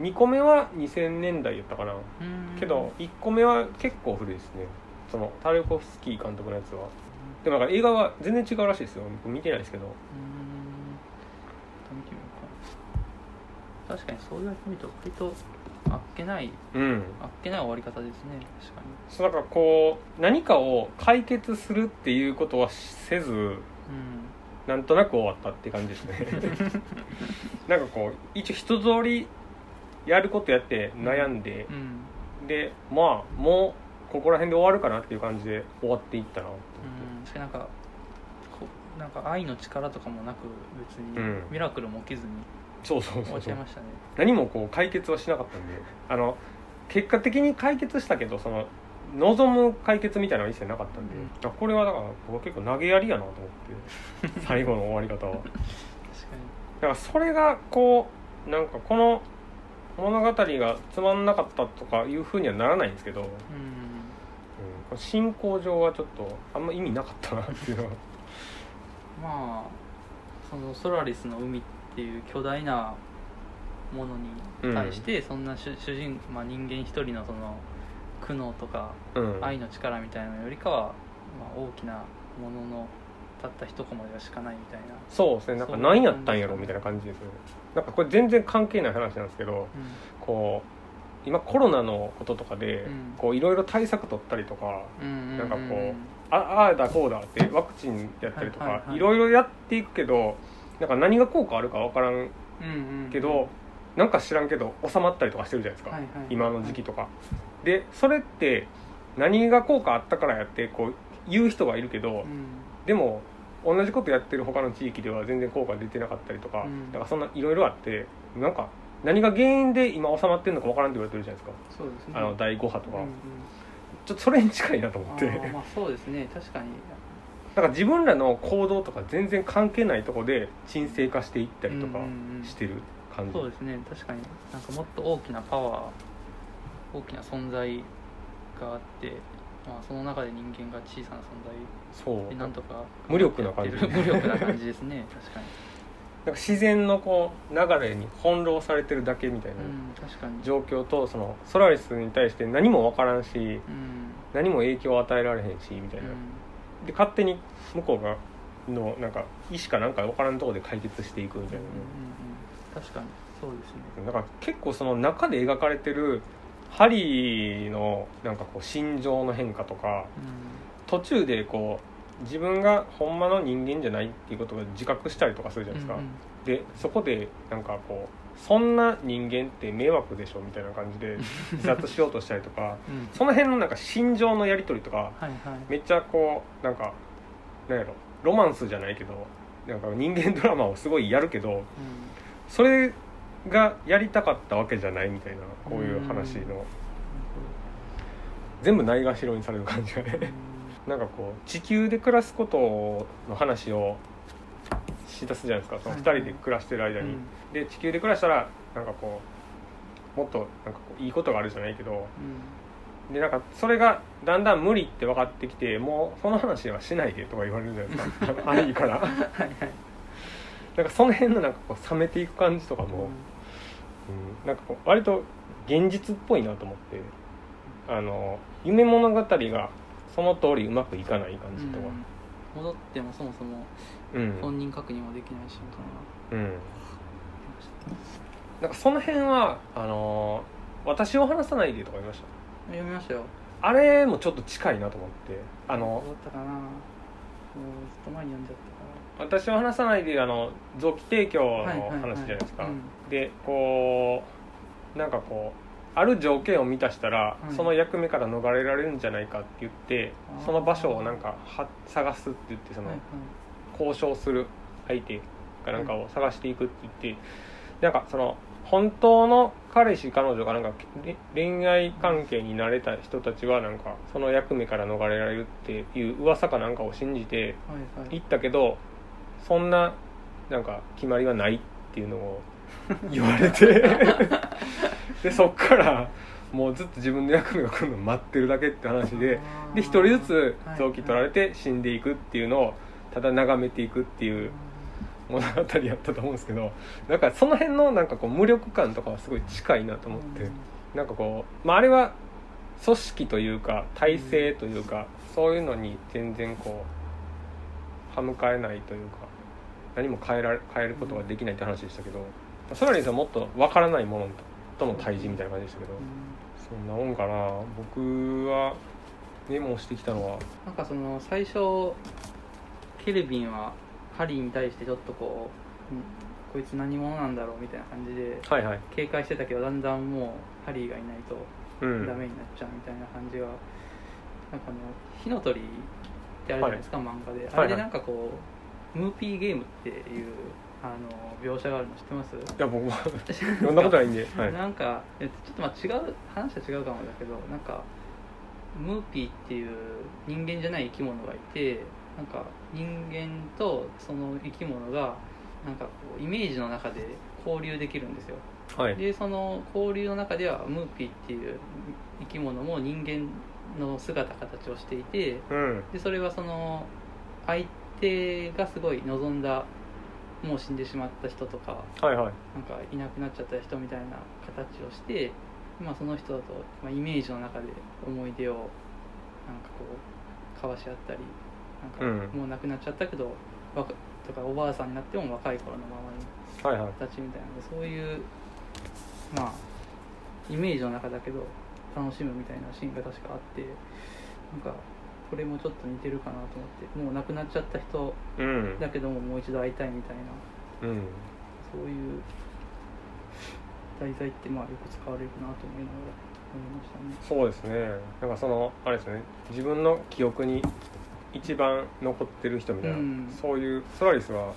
2個目は2000年代やったかな
うんうん
けど1個目は結構古いですねそのタルコフスキー監督のやつはでもなんか映画は全然違うらしいですよ僕見てないですけど
うん見てみようか確かにそう言われてみると割とあっけない
うん
あっけない終わり方ですね確かに
そうなんかこう何かを解決するっていうことはせず
うん
なんとなく終わったって感じです
(laughs)
ねなんかこう一応一通りやることやって悩んで
う、ん、うん
でまあもうここら辺で終わるかなっていう感じで終わっていったなと思
確かになんかこうなんか愛の力とかもなく別に、
うん
ミラクルも起きずに
そうそう
終
そ
わ
う
っち
そ
ゃいうましたね
何もこう解決はしなかったんであの結果的に解決したけどその望む解決みたいなのは一切なかったんで、
う
あこれはだから僕は結構投げやりやなと思って
(laughs)
最後の終わり方は
確かに
だからそれがこうなんかこの物語がつまんなかったとかいうふうにはならないんですけど、うん、
うん
この進行上はちょっとあんま意味なかったなっていうのは
まあそのソラリスの海っていう巨大なものに対して、そんな主主人、まあ、人間一人のその苦悩とか
うん
愛の力みたいなのよりかは、まあ、大きなもののたった一コマではしかないみたいな、
そうですねなんか何やったんやろみたいな感じですよねなんかこれ全然関係ない話なんですけどこう今コロナのこととかで
うん
こういろいろ対策取ったりとか
うんうん
なんかこあああだこうだってワクチンやったりと
はいは
か
いはい
いろいろやっていくけどなんか何が効果あるかわからん
うんうんうん
けど、なんか知らんけど収まったりとかしてるじゃないですか、
はいはいはい
今の時期とか、でそれって何が効果あったからやってこう言う人がいるけど、
うん
でも同じことやってる他の地域では全然効果出てなかったりとか、
うん
だからそんないろいろあってなんか何が原因で今収まってるのかわからんって言われてるじゃないですか、
そうですね
あの第5波と
と
か、
うんうん
ちょっとそれに近いなと思
あ
って
ーまあそうですね確かに
(laughs) なんか自分らの行動とか全然関係ないとこで沈静化していったりとか
うんうんうん
してる感じ、
そうですね確かになんかもっと大きなパワー大きな存在があって、まあ、その中で人間が小さな存在
そう
でなんとか
無力な感じ
やってる無力な感じですね (laughs) 確かに
なんか自然のこう流れに翻弄されてるだけみたいな
うん確かに
状況とそのソラリスに対して何も分からんし
うん
何も影響を与えられへんしみたいな、で勝手に向こうがのなんか意思かなんか分からんとこで解決していくみたいなね、
確かにそうですね
だから結構その中で描かれてるハリーのなんかこう心情の変化とか
う
途中でこう自分がほんまの人間じゃないっていうことが自覚したりとかするじゃ
ん
ないですか、
うんうん
でそこでなんかこうそんな人間って迷惑でしょみたいな感じで自殺しようとしたりとか
うん
その辺のなんか心情のやり取りとか
はいはい
めっちゃこうなんかなんやろロマンスじゃないけどなんか人間ドラマをすごいやるけどそれがやりたかったわけじゃないみたいなこういう話の全部ないがしろにされる感じがね (laughs) なんかこう地球で暮らすことの話をしだすじゃないですかその2人で暮らしてる間に。で地球で暮らしたらなんかこうもっとなんかこういいことがあるじゃないけどでなんかそれがだんだん無理って分かってきてもうその話はしないでとか言われるじゃないです (laughs) かあいいからなんかその辺のなんかこう冷めていく感じとかも、うん、なんかこう割と現実っぽいなと思ってあの夢物語がその通りうまくいかない感じとか、
戻ってもそもそも
うん
本人確認もできないしみたいな
うん、なんかその辺はあのー私を話さないで」とか言いました
読みましたよ
あれもちょっと近いなと思ってあの
どうだったかなもうずっと前に読んじゃっ
私を話さないであの臓器提供
たから
の
はいはいはい
話じゃないですか、
うん
でこうなんかこうある条件を満たしたら、
はい
その役目から逃れられるんじゃないかって言って
あー
その場所をなんかは探すって言ってその、
はいはい
交渉する相手かなんかを探していくって言って、なんかその本当の彼氏彼女がなんかれ恋愛関係に慣れた人たちはなんかその役目から逃れられるっていう噂かなんかを信じて
はいはい
行ったけどそんななんか決まりはないっていうのを言われて (laughs) でそっからもうずっと自分の役目が来るのを待ってるだけって話で。で一人ずつ臓器取られて死んでいくっていうのをただ眺めていくっていう物語やったと思うんですけどなんかその辺のなんかこう無力感とかはすごい近いなと思ってなんかこう、まあ、あれは組織というか体制というかそういうのに全然こう歯向かえないというか何も変えられ変えることができないって話でしたけどソラリンさんもっとわからないものとの対峙みたいな感じでしたけどそんなもんかな僕はメモをしてきたのは
なんかその最初ケルビンはハリーに対してちょっとこう、うんこいつ何者なんだろうみたいな感じで
はいはい
警戒してたけどだんだんもうハリーがいないと
うん
ダメになっちゃうみたいな感じが、なんかあの火の鳥ってあるじゃないですか、漫画で
はい
あれでなんかこう、ムーピーゲームっていうあの描写があるの知ってます
いや僕は読んだことないんで、はい、
なんかえっとちょっとまあ違う話は違うかもだけどなんかムーピーっていう人間じゃない生き物がいてなんか人間とその生き物がなんかこうイメージの中で交流できるんですよ
はい
でその交流の中ではムーピーっていう生き物も人間の姿形をしていて
うん
でそれはその相手がすごい望んだもう死んでしまった人とか
はいはい
なんかいなくなっちゃった人みたいな形をして、まあ、その人と、まあ、イメージの中で思い出をなんかこう交わし合ったりなんか
うん
もう亡くなっちゃったけど、わかとかおばあさんになっても若い頃のままに
はいはい
形みたいなのでそういうまあイメージの中だけど楽しむみたいなシーンが確かあってなんかこれもちょっと似てるかなと思ってもう亡くなっちゃった人
うん
だけどももう一度会いたいみたいな
うん
そういう題材ってまあよく使われるなと思いながら思いましたね。
そうですねなんかそのあれですね自分の記憶に一番残ってる人みたいな、
うん
そういうソラリスは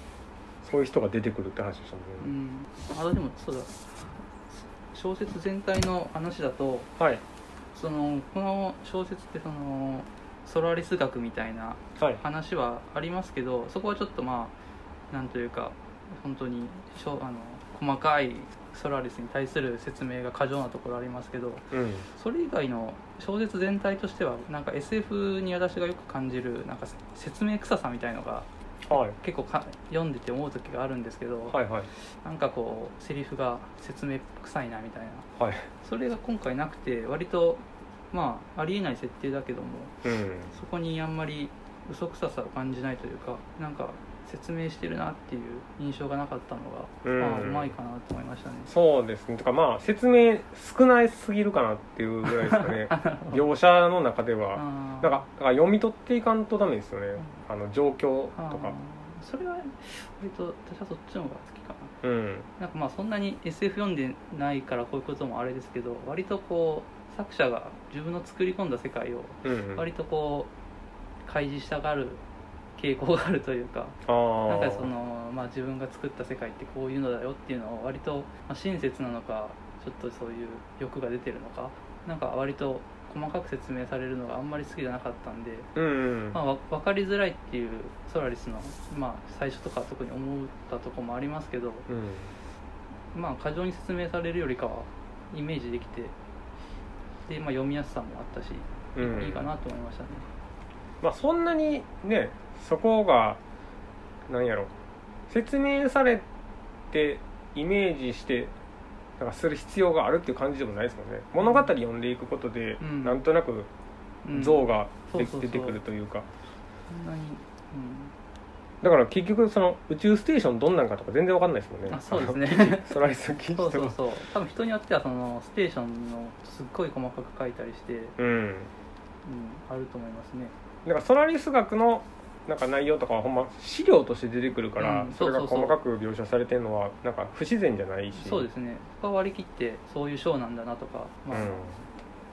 そういう人が出てくるって話でしたも
う
ね、
んん、あでもそうだ小説全体の話だと
はい
そのこの小説ってそのソラリス学みたいな
はい
話はありますけどそこはちょっとまあなんというか本当にしょあの細かいソラリスに対する説明が過剰なところありますけど
うん
それ以外の小説全体としてはなんか SF に私がよく感じるなんか説明臭さみたいのが
はい
結構か読んでて思う時があるんですけど、
はいはい
なんかこうセリフが説明臭いなみたいな
はい
それが今回なくて割とまあありえない設定だけども
うん
そこにあんまり嘘臭さを感じないというかなんか説明してるなっていう印象がなかったの
う
が、
ん
まあうまいかなと思いましたね。
そうですねとかまあ説明少ないすぎるかなっていうぐらいですか
(laughs)
ね描写の中では
あー
なんかだから読み取っていかんとダメですよね、あの状況
あー
とか、
それは割と私はそっちの方が好きかな
うん、
なんかまあそんなに SF 読んでないからこういうこともあれですけど割とこう作者が自分の作り込んだ世界を
うんうん、
割とこう開示したがる傾向があるというか
あー
なんかその、まあ、自分が作った世界ってこういうのだよっていうのを割と、まあ、親切なのかちょっとそういう欲が出てるのかなんか割と細かく説明されるのがあんまり好きじゃなかったんで、
うんうん
まあ、わ分かりづらいっていうソラリスの、まあ、最初とか特に思ったとこもありますけど、
うん
まあ、過剰に説明されるよりかはイメージできてで、まあ、読みやすさもあったし、
うん
いいかなと思いましたね。
まあそんなにねそこがなんやろ説明されてイメージしてなんかする必要があるっていう感じでもないですもんね物語読んでいくことで、
うん
なんとなく
うん
像が
うん
で
そうそうそう
出てくるというか、
そんなに、
だから結局その宇宙ステーションどんなんかとか全然わかんないですもん
うん、
ね
あそうですね
(laughs) ソラリス記事
そ
と
うそう
か
そう (laughs) 多分人によってはそのステーションのすっごい細かく書いたりして、うん、
うん
あると思いますね
だからソラリス学のなんか内容とかはほんま資料として出てくるから、
うん
そ
そうそうそう
れが細かく描写されてるのはなんか不自然じゃないし
そうですねそこは割り切ってそういう章なんだなとか、まあ
うん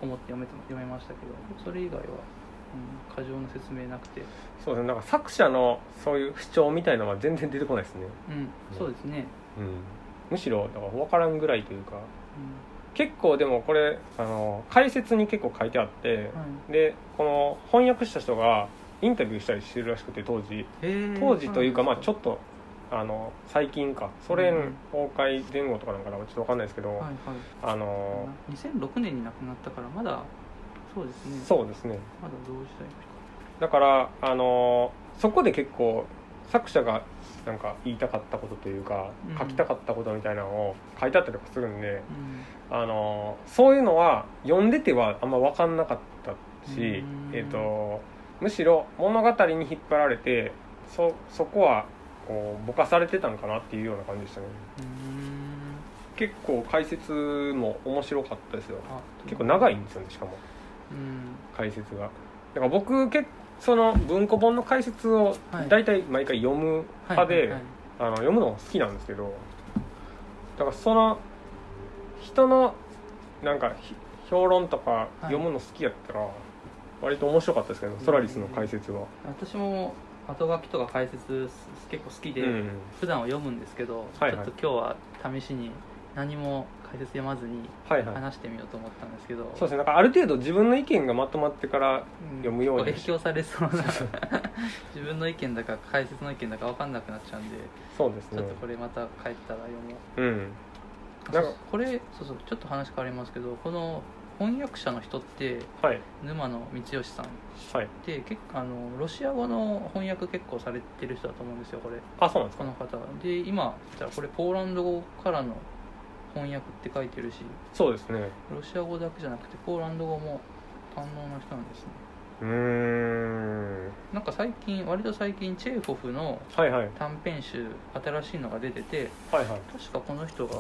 思って読めて読めましたけどそれ以外は、うん、過剰な説明なくて
そうですねなんか作者のそういう主張みたいのは全然出てこないですね、
うんそうですね、
うん、むしろだから分からんぐらいというか
う
結構でもこれあの解説に結構書いてあって
ん、はい
でこの翻訳した人がインタビューしたりしてるらしくて当時
へー
当時というか
そ
ま
な
あ
んです
ちょっとあの最近かソ連崩壊前後とかなんかなちょっと分かんないですけど
はいはい
あの
2006年に亡くなったからまだそうですね
そうですね
まだ同時代
だからあのそこで結構作者がなんか言いたかったことというか
うん
書きたかったことみたいなのを書いてあったりとかするんで、
う
あのそういうのは読んでてはあんま分かんなかったし
うん、
えっとむしろ物語に引っ張られてそそこはこうぼかされてたんかなっていうような感じでしたね
んうん
結構解説も面白かったですよ
あ
結構長いんですよねしかも
うん
解説がだから僕結その文庫本の解説を
はい
大体毎回読む派で、
はいはいはい
あの読むのも好きなんですけどだからその人のなんかひ評論とか読むの好きやったら割と面白かったですけど、ソラリスの解説は、
私も後書きとか解説す結構好きで、
うん
普段は読むんですけど、
はいはい
ちょっと今日は試しに何も解説読まずに
はいはい
話してみようと思ったんですけど、
そうですねなんかある程度自分の意見がまとまってから
うん
読むように
影響されそうな (laughs) 自分の意見だか解説の意見だか分かんなくなっちゃうんで
そうです
ちょ
ね
っとこれまた帰ったら読もう
うんな
な
んん
か
か
これそうそうちょっと話変わりますけどこの翻訳者の人って
はい
沼野道義さんっ
はい
て結構あのロシア語の翻訳結構されてる人だと思うんですよこれ
あそうなんです
こ
か
の方で今じゃあこれポーランド語からの翻訳って書いてるし
そうですね
ロシア語だけじゃなくてポーランド語も堪能な人なんですね
うーん
なんか最近割と最近チェーホフの
はいはい
短編集新しいのが出てて
はいはい、
確かこの人が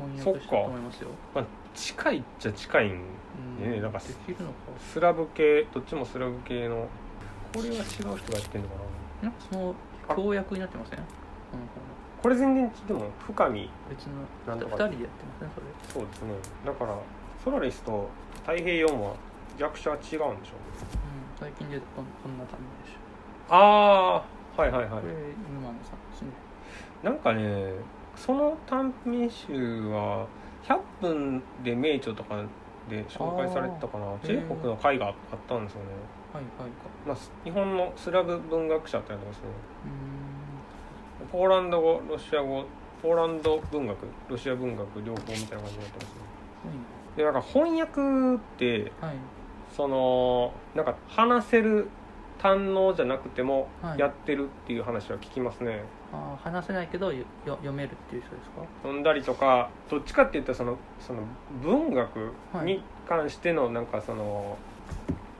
翻訳したと思いますよ、
まあ、近いっちゃ近いん
うん
ねえなんか
できるのか
スラブ系どっちもスラブ系のこれは違う人がやってんのかな
なんかその協約になってませんこの本
これ全然でも深み
別の
なん
ふ
と
た
か
二人でやってますねそれ
そうですねだからソラリスと太平洋も役者は違うんでしょ
うん最近でこんこんな感じでしょ
うああはいはいは
これ沼野さんですね
なんかねその短編集は「100分で名著」とかで紹介されてたかな
ー
チェーホフの会があったんですよね、
はいはいか
まあ、す日本のスラブ文学者ってやつですね
うーん
ポーランド語ロシア語ポーランド文学ロシア文学両方みたいな感じになってますねでなんか翻訳って
はい
そのなんか話せる堪能じゃなくても
はい
やってるっていう話は聞きますね、
あー話せないけどよよ読めるっていう人ですか
読んだりとかどっちかっていったらそのその文学に関してのなんかその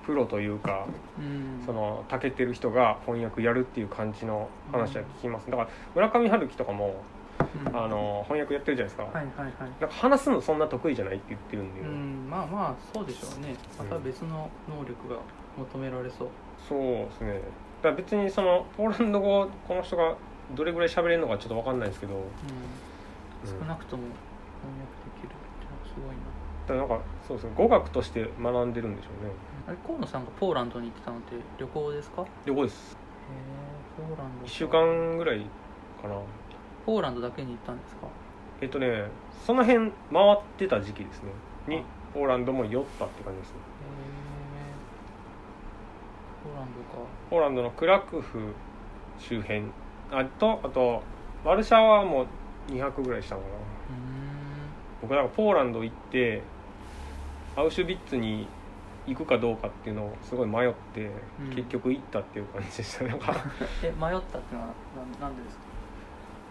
プロというか
うん
その長けてる人が翻訳やるっていう感じの話は聞きますだから村上春樹とかも
うん
あの翻訳やってるじゃないですか,、
はいはいはい
なんか話すのそんな得意じゃないって言ってるんで、
うんまあまあそうでしょうねまた別の能力が求められそう
そうですねだから別にそのポーランド語この人がどれぐらい喋れるのかちょっと分かんないですけど、
うん少なくとも翻訳できるっていうのはすごいな
だからなんかそうですね語学として学んでるんでしょうね
あれ河野さんがポーランドに行ってたのって旅行ですか
旅行です
へポーランド
1
か
週間ぐらいかな
ポーランドだけに行ったんですか
えっとねその辺回ってた時期ですねにポーランドも寄ったって感じですね
へえポーランドか
ポーランドのクラクフ周辺あとあとワルシャワも2泊ぐらいしたのかな
うーん
僕なんかポーランド行ってアウシュビッツに行くかどうかっていうのをすごい迷って、
うん
結局行ったっていう感じでしたねなんか (laughs)
え迷ったってのはななんでですか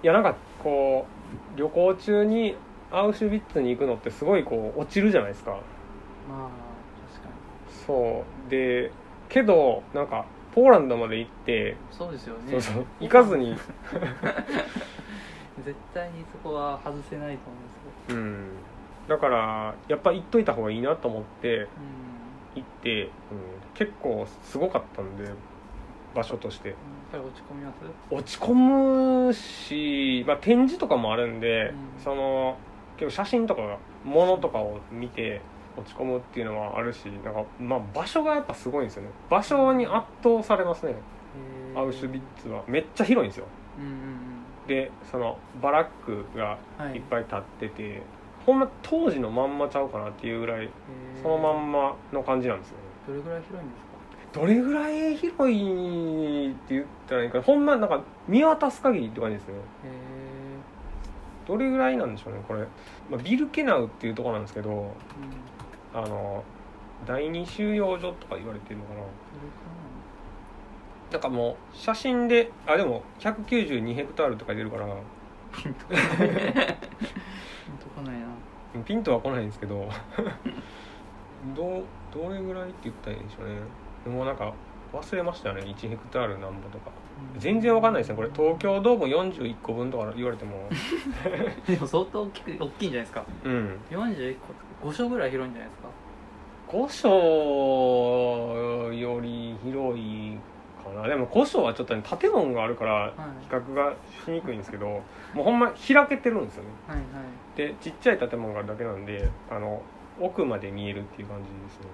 いやなんかこう旅行中にアウシュビッツに行くのってすごいこう落ちるじゃないですか
まあ確かに
そうでけどなんかポーランドまで行って、
そうですよね
そうそう行かずに
絶対にそこは外せないと思うんですけ
うんだからやっぱ行っといた方がいいなと思って
ど
行って、うん、結構すごかったんで場所として
うんやっぱり落ち込みます
落ち込むし、まあ、展示とかもあるんで、
うん
その結構写真とか物とかを見て落ち込むっていうのはあるしなんか、まあ、場所がやっぱすごいんですよね場所に圧倒されますね
へー
アウシュビッツはめっちゃ広いんですよ
うんうん
でそのバラックが
うんはい
いっぱい立ってて、ほんま当時のまんまちゃうかなっていうぐらい
へー
そのまんまの感じなんですよね
どれぐらい広いんですか
どれぐらい広いって言ったらいいかなほんまなんか見渡す限りって感じですね
へえ
どれぐらいなんでしょうねこれ、まあ、ビルケナウっていうところなんですけど
うん
あの第二収容所とか言われてるのかな
どれくらいなの
なんかもう写真であでも192ヘクタールとか出るから
ピンとこない (laughs) ねピンとこないな
ピンとは来ないんですけどどうどれぐらいって言ったらいいんでしょうねでもなんか忘れましたよね1ヘクタールなんぼとか全然わかんないですねこれ東京ドーム41個分とか言われても
(laughs) でも相当大きく大きいんじゃないですか
うん
41個五所ぐらい広いんじゃないですか
古書より広いかなでも古書はちょっとね建物があるから
はい
比較がしにくいんですけどもうほんま開けてるんですよね
はいはい
でちっちゃい建物があるだけなんであの奥まで見えるっていう感じですね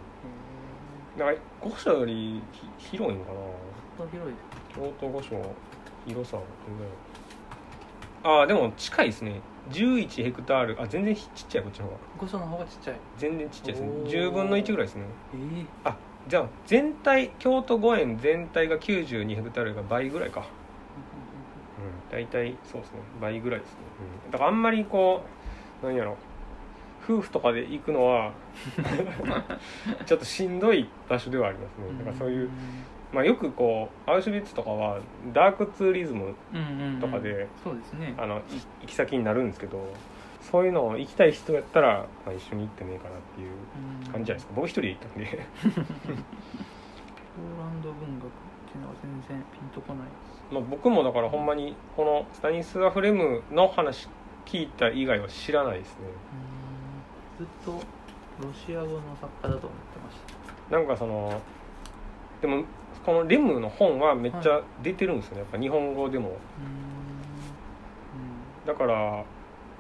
へ
だから古書よりひ広いのかな
え相当広いで
京都御所広さはどんぐらいああでも近いですね11ヘクタールあ全然ひちっちゃいこっちの方が
す五所の方がちっちゃい
全然ちっちゃいですね
おー
10分の1ぐらいですね
ええ
あじゃあ全体京都御苑全体が92ヘクタールが倍ぐらいか、うん、大体そうですね倍ぐらいですね、うんだからあんまりこう何やろ夫婦とかで行くの (laughs) はちょっとしんどい場所ではありますねだからそういう、まあ、よくこうアウシュビッツとかはダークツーリズム
うんうんうん
とかで
そうですね
あのい行き先になるんですけどそういうのを行きたい人やったら、まあ、一緒に行ってもいいかなっていう感じじゃないです
か
か僕一人で行ったんで
ポーランド文学っていうのは全然ピンとこない
まあ、僕もだからほんまにこのスタニスラフレムの話聞いた以外は知らないですね
ずっとロシア語の作家だと思ってました
なんかそのでもこのレムの本はめっちゃ出てるんですよねやっぱ日本語でも
うん
だから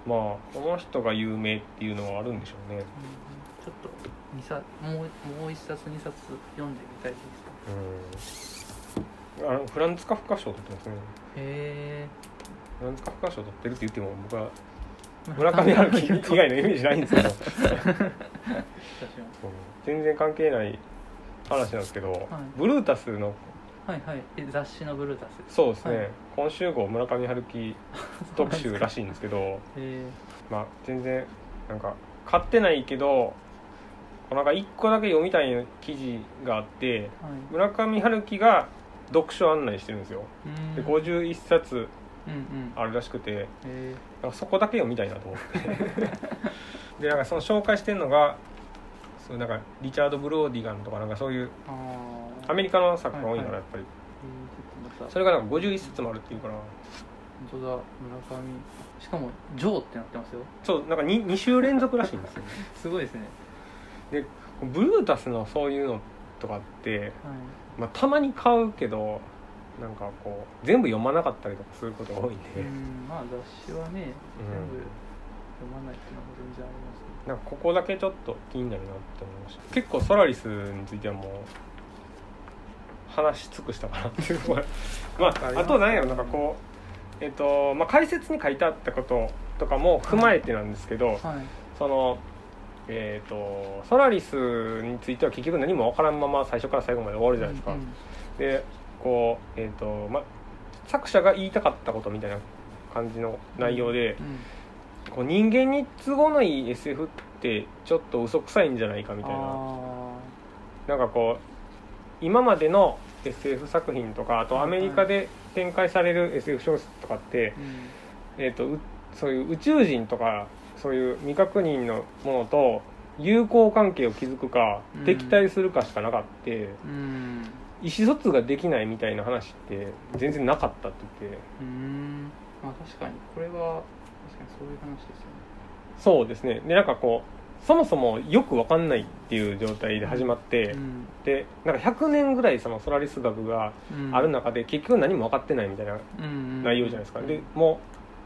まあこの人が有名っていうのはあるんでしょうね
ちょっと二冊もうもう一冊二冊読んでみたいです
うんあのフランツ・カフカ賞取ってますね
へ
フランツ・カフカ賞取ってるって言っても僕は
え
村上
(laughs)
春樹以外のイメージないんですけどうん全然関係ない話なんですけど、ブルータスの
はいはいえ雑誌のブルータス
そうですね、
はい
今週号村上春樹特集らしいんですけど
へ
まあ全然なんか買ってないけどなんか1個だけ読みたい記事があって
えはい
村上春樹が読書案内してるんですよ
うん
で51冊
うんうん
あるらしくて
へ
なんかそこだけ読みたいなと思って
(laughs)
でなんかその紹介してるのがそうなんかリチャード・ブローディガンとかなんかそういう
ーあ
アメリカの作家が多いからやっぱり、
えーちょっとまた
それがなんか51冊もあるっていうから
本当だ村上しかも「ジョー」ってなってますよ
そうなんか 2, 2週連続らしいんですよ
すごいですね
ブルータスのそういうのとかって、
はい
まあ、たまに買うけどなんかこう全部読まなかったりとかすることが多いんで、
うんまあ雑誌はね
うん
全部読まないっていうのも全然ありますね
なんかここだけちょっと気になるなって思いました結構ソラリスについてはもう話し尽くしたかなっていうとこ
(laughs)
ろま
わかり
あ
ます
あと何やろなんかこうえっ、と、まあ、解説に書いてあったこととかも踏まえてなんですけど、
はい
そのえっ、とソラリスについては結局何も分からんまま最初から最後まで終わるじゃないですか、
うんうん
でこうえっ、とまあ作者が言いたかったことみたいな感じの内容で、
うん
こう人間に都合のいい SF ってちょっと嘘くさいんじゃないかみたいな
あ
なんかこう今までの SF 作品とかあとアメリカで展開される SF 小説とかって
ー、うん
えー、とうそういう宇宙人とかそういう未確認のものと友好関係を築くか
うん
敵対するかしかなかって、
うん
意思疎通ができないみたいな話って全然なかったって言って
うんまあ確かにこれは確かにそういう話ですよね
そうですねでなんかこうそもそもよくわかんないっていう状態で始まって。
うん
でなんか100年ぐらいそのソラリス学が
うん
ある中で結局何も分かってないみたいな
うんうん
内容じゃないですか、
うん
でも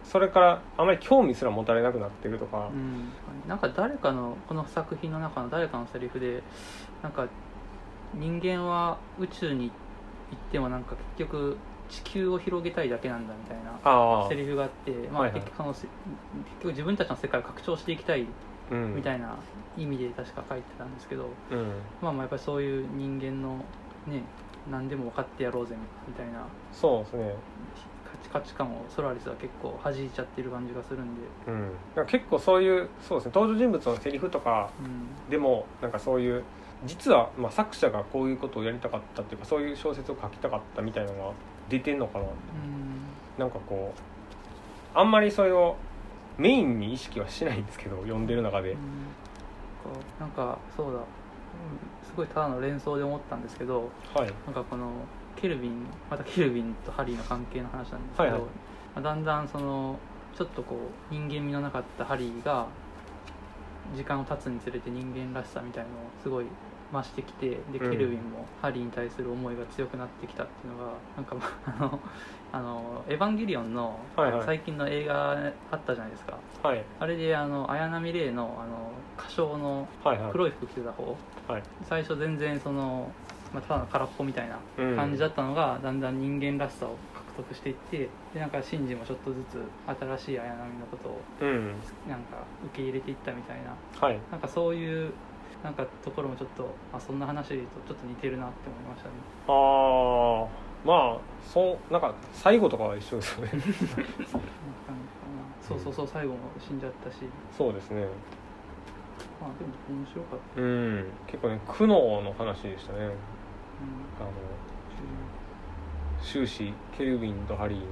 うそれからあまり興味すら持たれなくなってるとか
う、んなんか誰かのこの作品の中の誰かのセリフでなんか人間は宇宙に行ってもなんか結局地球を広げたいだけなんだみたいな
ああ
セリフがあって、ま
は
あ、
いはい
結局そのせ結局自分たちの世界を拡張していきたい
うん
みたいな意味で確か書いてたんですけど、
うん、
まあまあやっぱりそういう人間のね何でも分かってやろうぜみたいな
そうですね、
価値価値観をソラリスは結構弾いちゃってる感じがするんで、
うん、なんか結構そういうそうですね登場人物のセリフとか
うん、
でもなんかそういう実はまあ作者がこういうことをやりたかったっていうかそういう小説を書きたかったみたいなのが出てんのかななんかこうあんまりそれをメインに意識はしないんですけど読んでる中
う
で
ん、こうなんかそうだうんすごいただの連想で思ったんですけど
はい
なんかこのケルビンまたケルビンとハリーの関係の話なんですけど、
はいはい
まあだんだんそのちょっとこう人間味のなかったハリーが時間を経つにつれて人間らしさみたいのをすごい増してきてでケ
うん
ルビンもハリーに対する思いが強くなってきたっていうのがなんかまああの「あのエヴァンゲリオン」の
はいはい
最近の映画あったじゃないですか、
はい
あれであの綾波レイのあの歌唱の
はいはい
黒い服着てた方、
はい
最初全然その、まあ、ただの空っぽみたいな
うん
感じだったのが、だんだん人間らしさを獲得していってでなんかシンジもちょっとずつ新しい綾波のことを
うん
なんか受け入れていったみたいな
はい
なんかそういうなんかところもちょっとあそんな話とちょっと似てるなって思いましたね
ああまあそうなんか最後とかは一緒ですよね
(laughs) なんかなんかなそうそうそう最後も死んじゃったし
そうですね
まあでも面白かっ
うん結構ね苦悩の話でしたね
た、
あの
うん
終始ケルビンとハリーの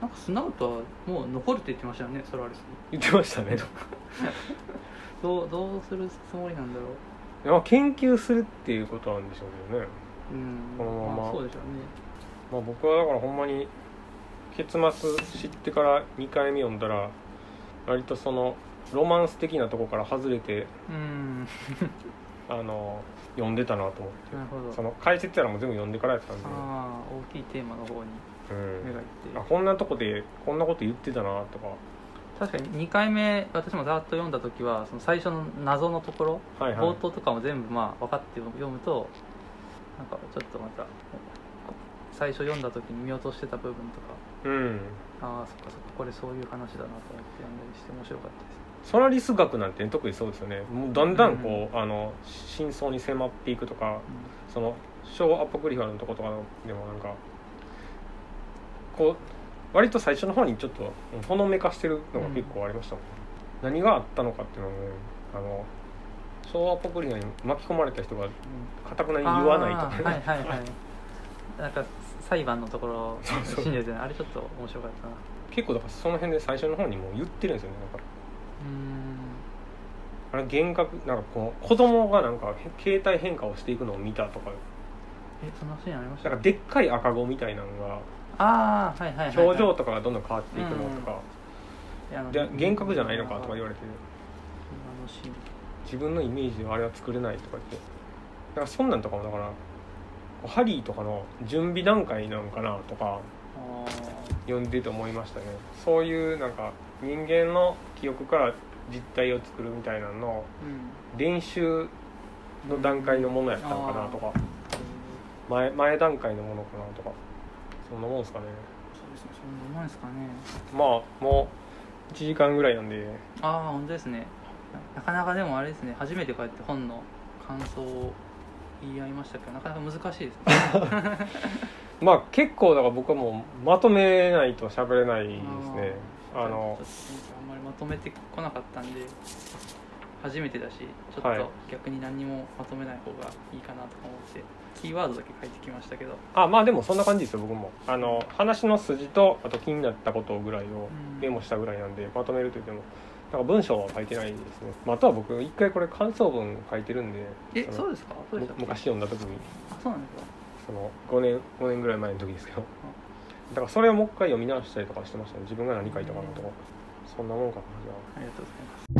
なんかスナウトはもう残るって言ってましたよねソラリスに
言ってましたね
どうどうするつもりなんだろう
まあ研究するっていうことなんでしょうけどね、
うん
このまま
あそうでしょうね
まあ、僕はだからほんまに結末知ってから2回目読んだら割とそのロマンス的なとこから外れて
うん
あの読んでたなと思って
なるほど
その解説やらも全部読んでからやったんで、
ああ大きいテーマの方に
うん
目がいっ
あ
て
こんなとこでこんなこと言ってたなとか
確かに2回目私もざーっと読んだ時はその最初の謎のところ
はいはい
冒頭とかも全部まあ分かって読むとなんかちょっとまた最初読んだ時に見落としてた部分とか
うん
ああそっかそっかこれそういう話だなと思って読んだりして面白かったです
ソラリス学なんて特にそうですよねもうだんだんこう、あの真相に迫っていくとかその小アポクリファのとことかでもなんかこう割と最初の方にちょっとほのめかしてるのが結構ありましたもん、何があったのかっていうのもねあの小アポクリファに巻き込まれた人がかたくなに言わないとかね、
あーはいはいはいなんか裁判のところ
そう
信じてあれちょっと面白かったな
結構だからその辺で最初の方にもう言ってるんですよねなんか
うーん
あれ幻覚なんかこう子供がなんかへ携帯変化をしていくのを見たとか
えそんなシーンありまし
な
た
んかでっかい赤子みたいなのが
ああはいはいはい、はい、
表情とかがどんどん変わっていくのとか、
情
で幻覚じゃないのかとか言われて
あのシーン
自分のイメージではあれは作れないとか言ってだからそんなんとかもだからこうハリーとかの準備段階なのかなとか
あ
読んでて思いましたねそういうなんか人間の記憶から実体を作るみたいなのの
ーうん
練習の段階のものやったのかなとか前前段階のものかなとかそんなもんですかね
そうですねそんなもんですかね
まあもう1時間ぐらいなんで
ああ本当ですねななかなかでもあれですね初めてこうやって本の感想を言い合いましたけどなかなか難しいですね
まあ結構だから僕はもうまとめないと喋れないですねあの
ちょっとあんまりまとめてこなかったんで初めてだしちょっ
はい
と逆に何にもまとめない方がいいかなとか思ってキーワードだけ書いてきましたけど
あまあでもそんな感じですよ僕もあの話の筋とあと気になったことぐらいを
うん
メモしたぐらいなんでまとめるといってもなんか文章は書いてないですね、まあ、あとは僕一回これ感想文書いてるんで
え
その
そうですかそうでしたっけ
昔読んだ時に
あそうなんですか
その5年5年ぐらい前の時ですけどだからそれをもう一回読み直したりとかしてましたね自分が何書いたかなとかそんなもんかなじゃあ
ありがとうございます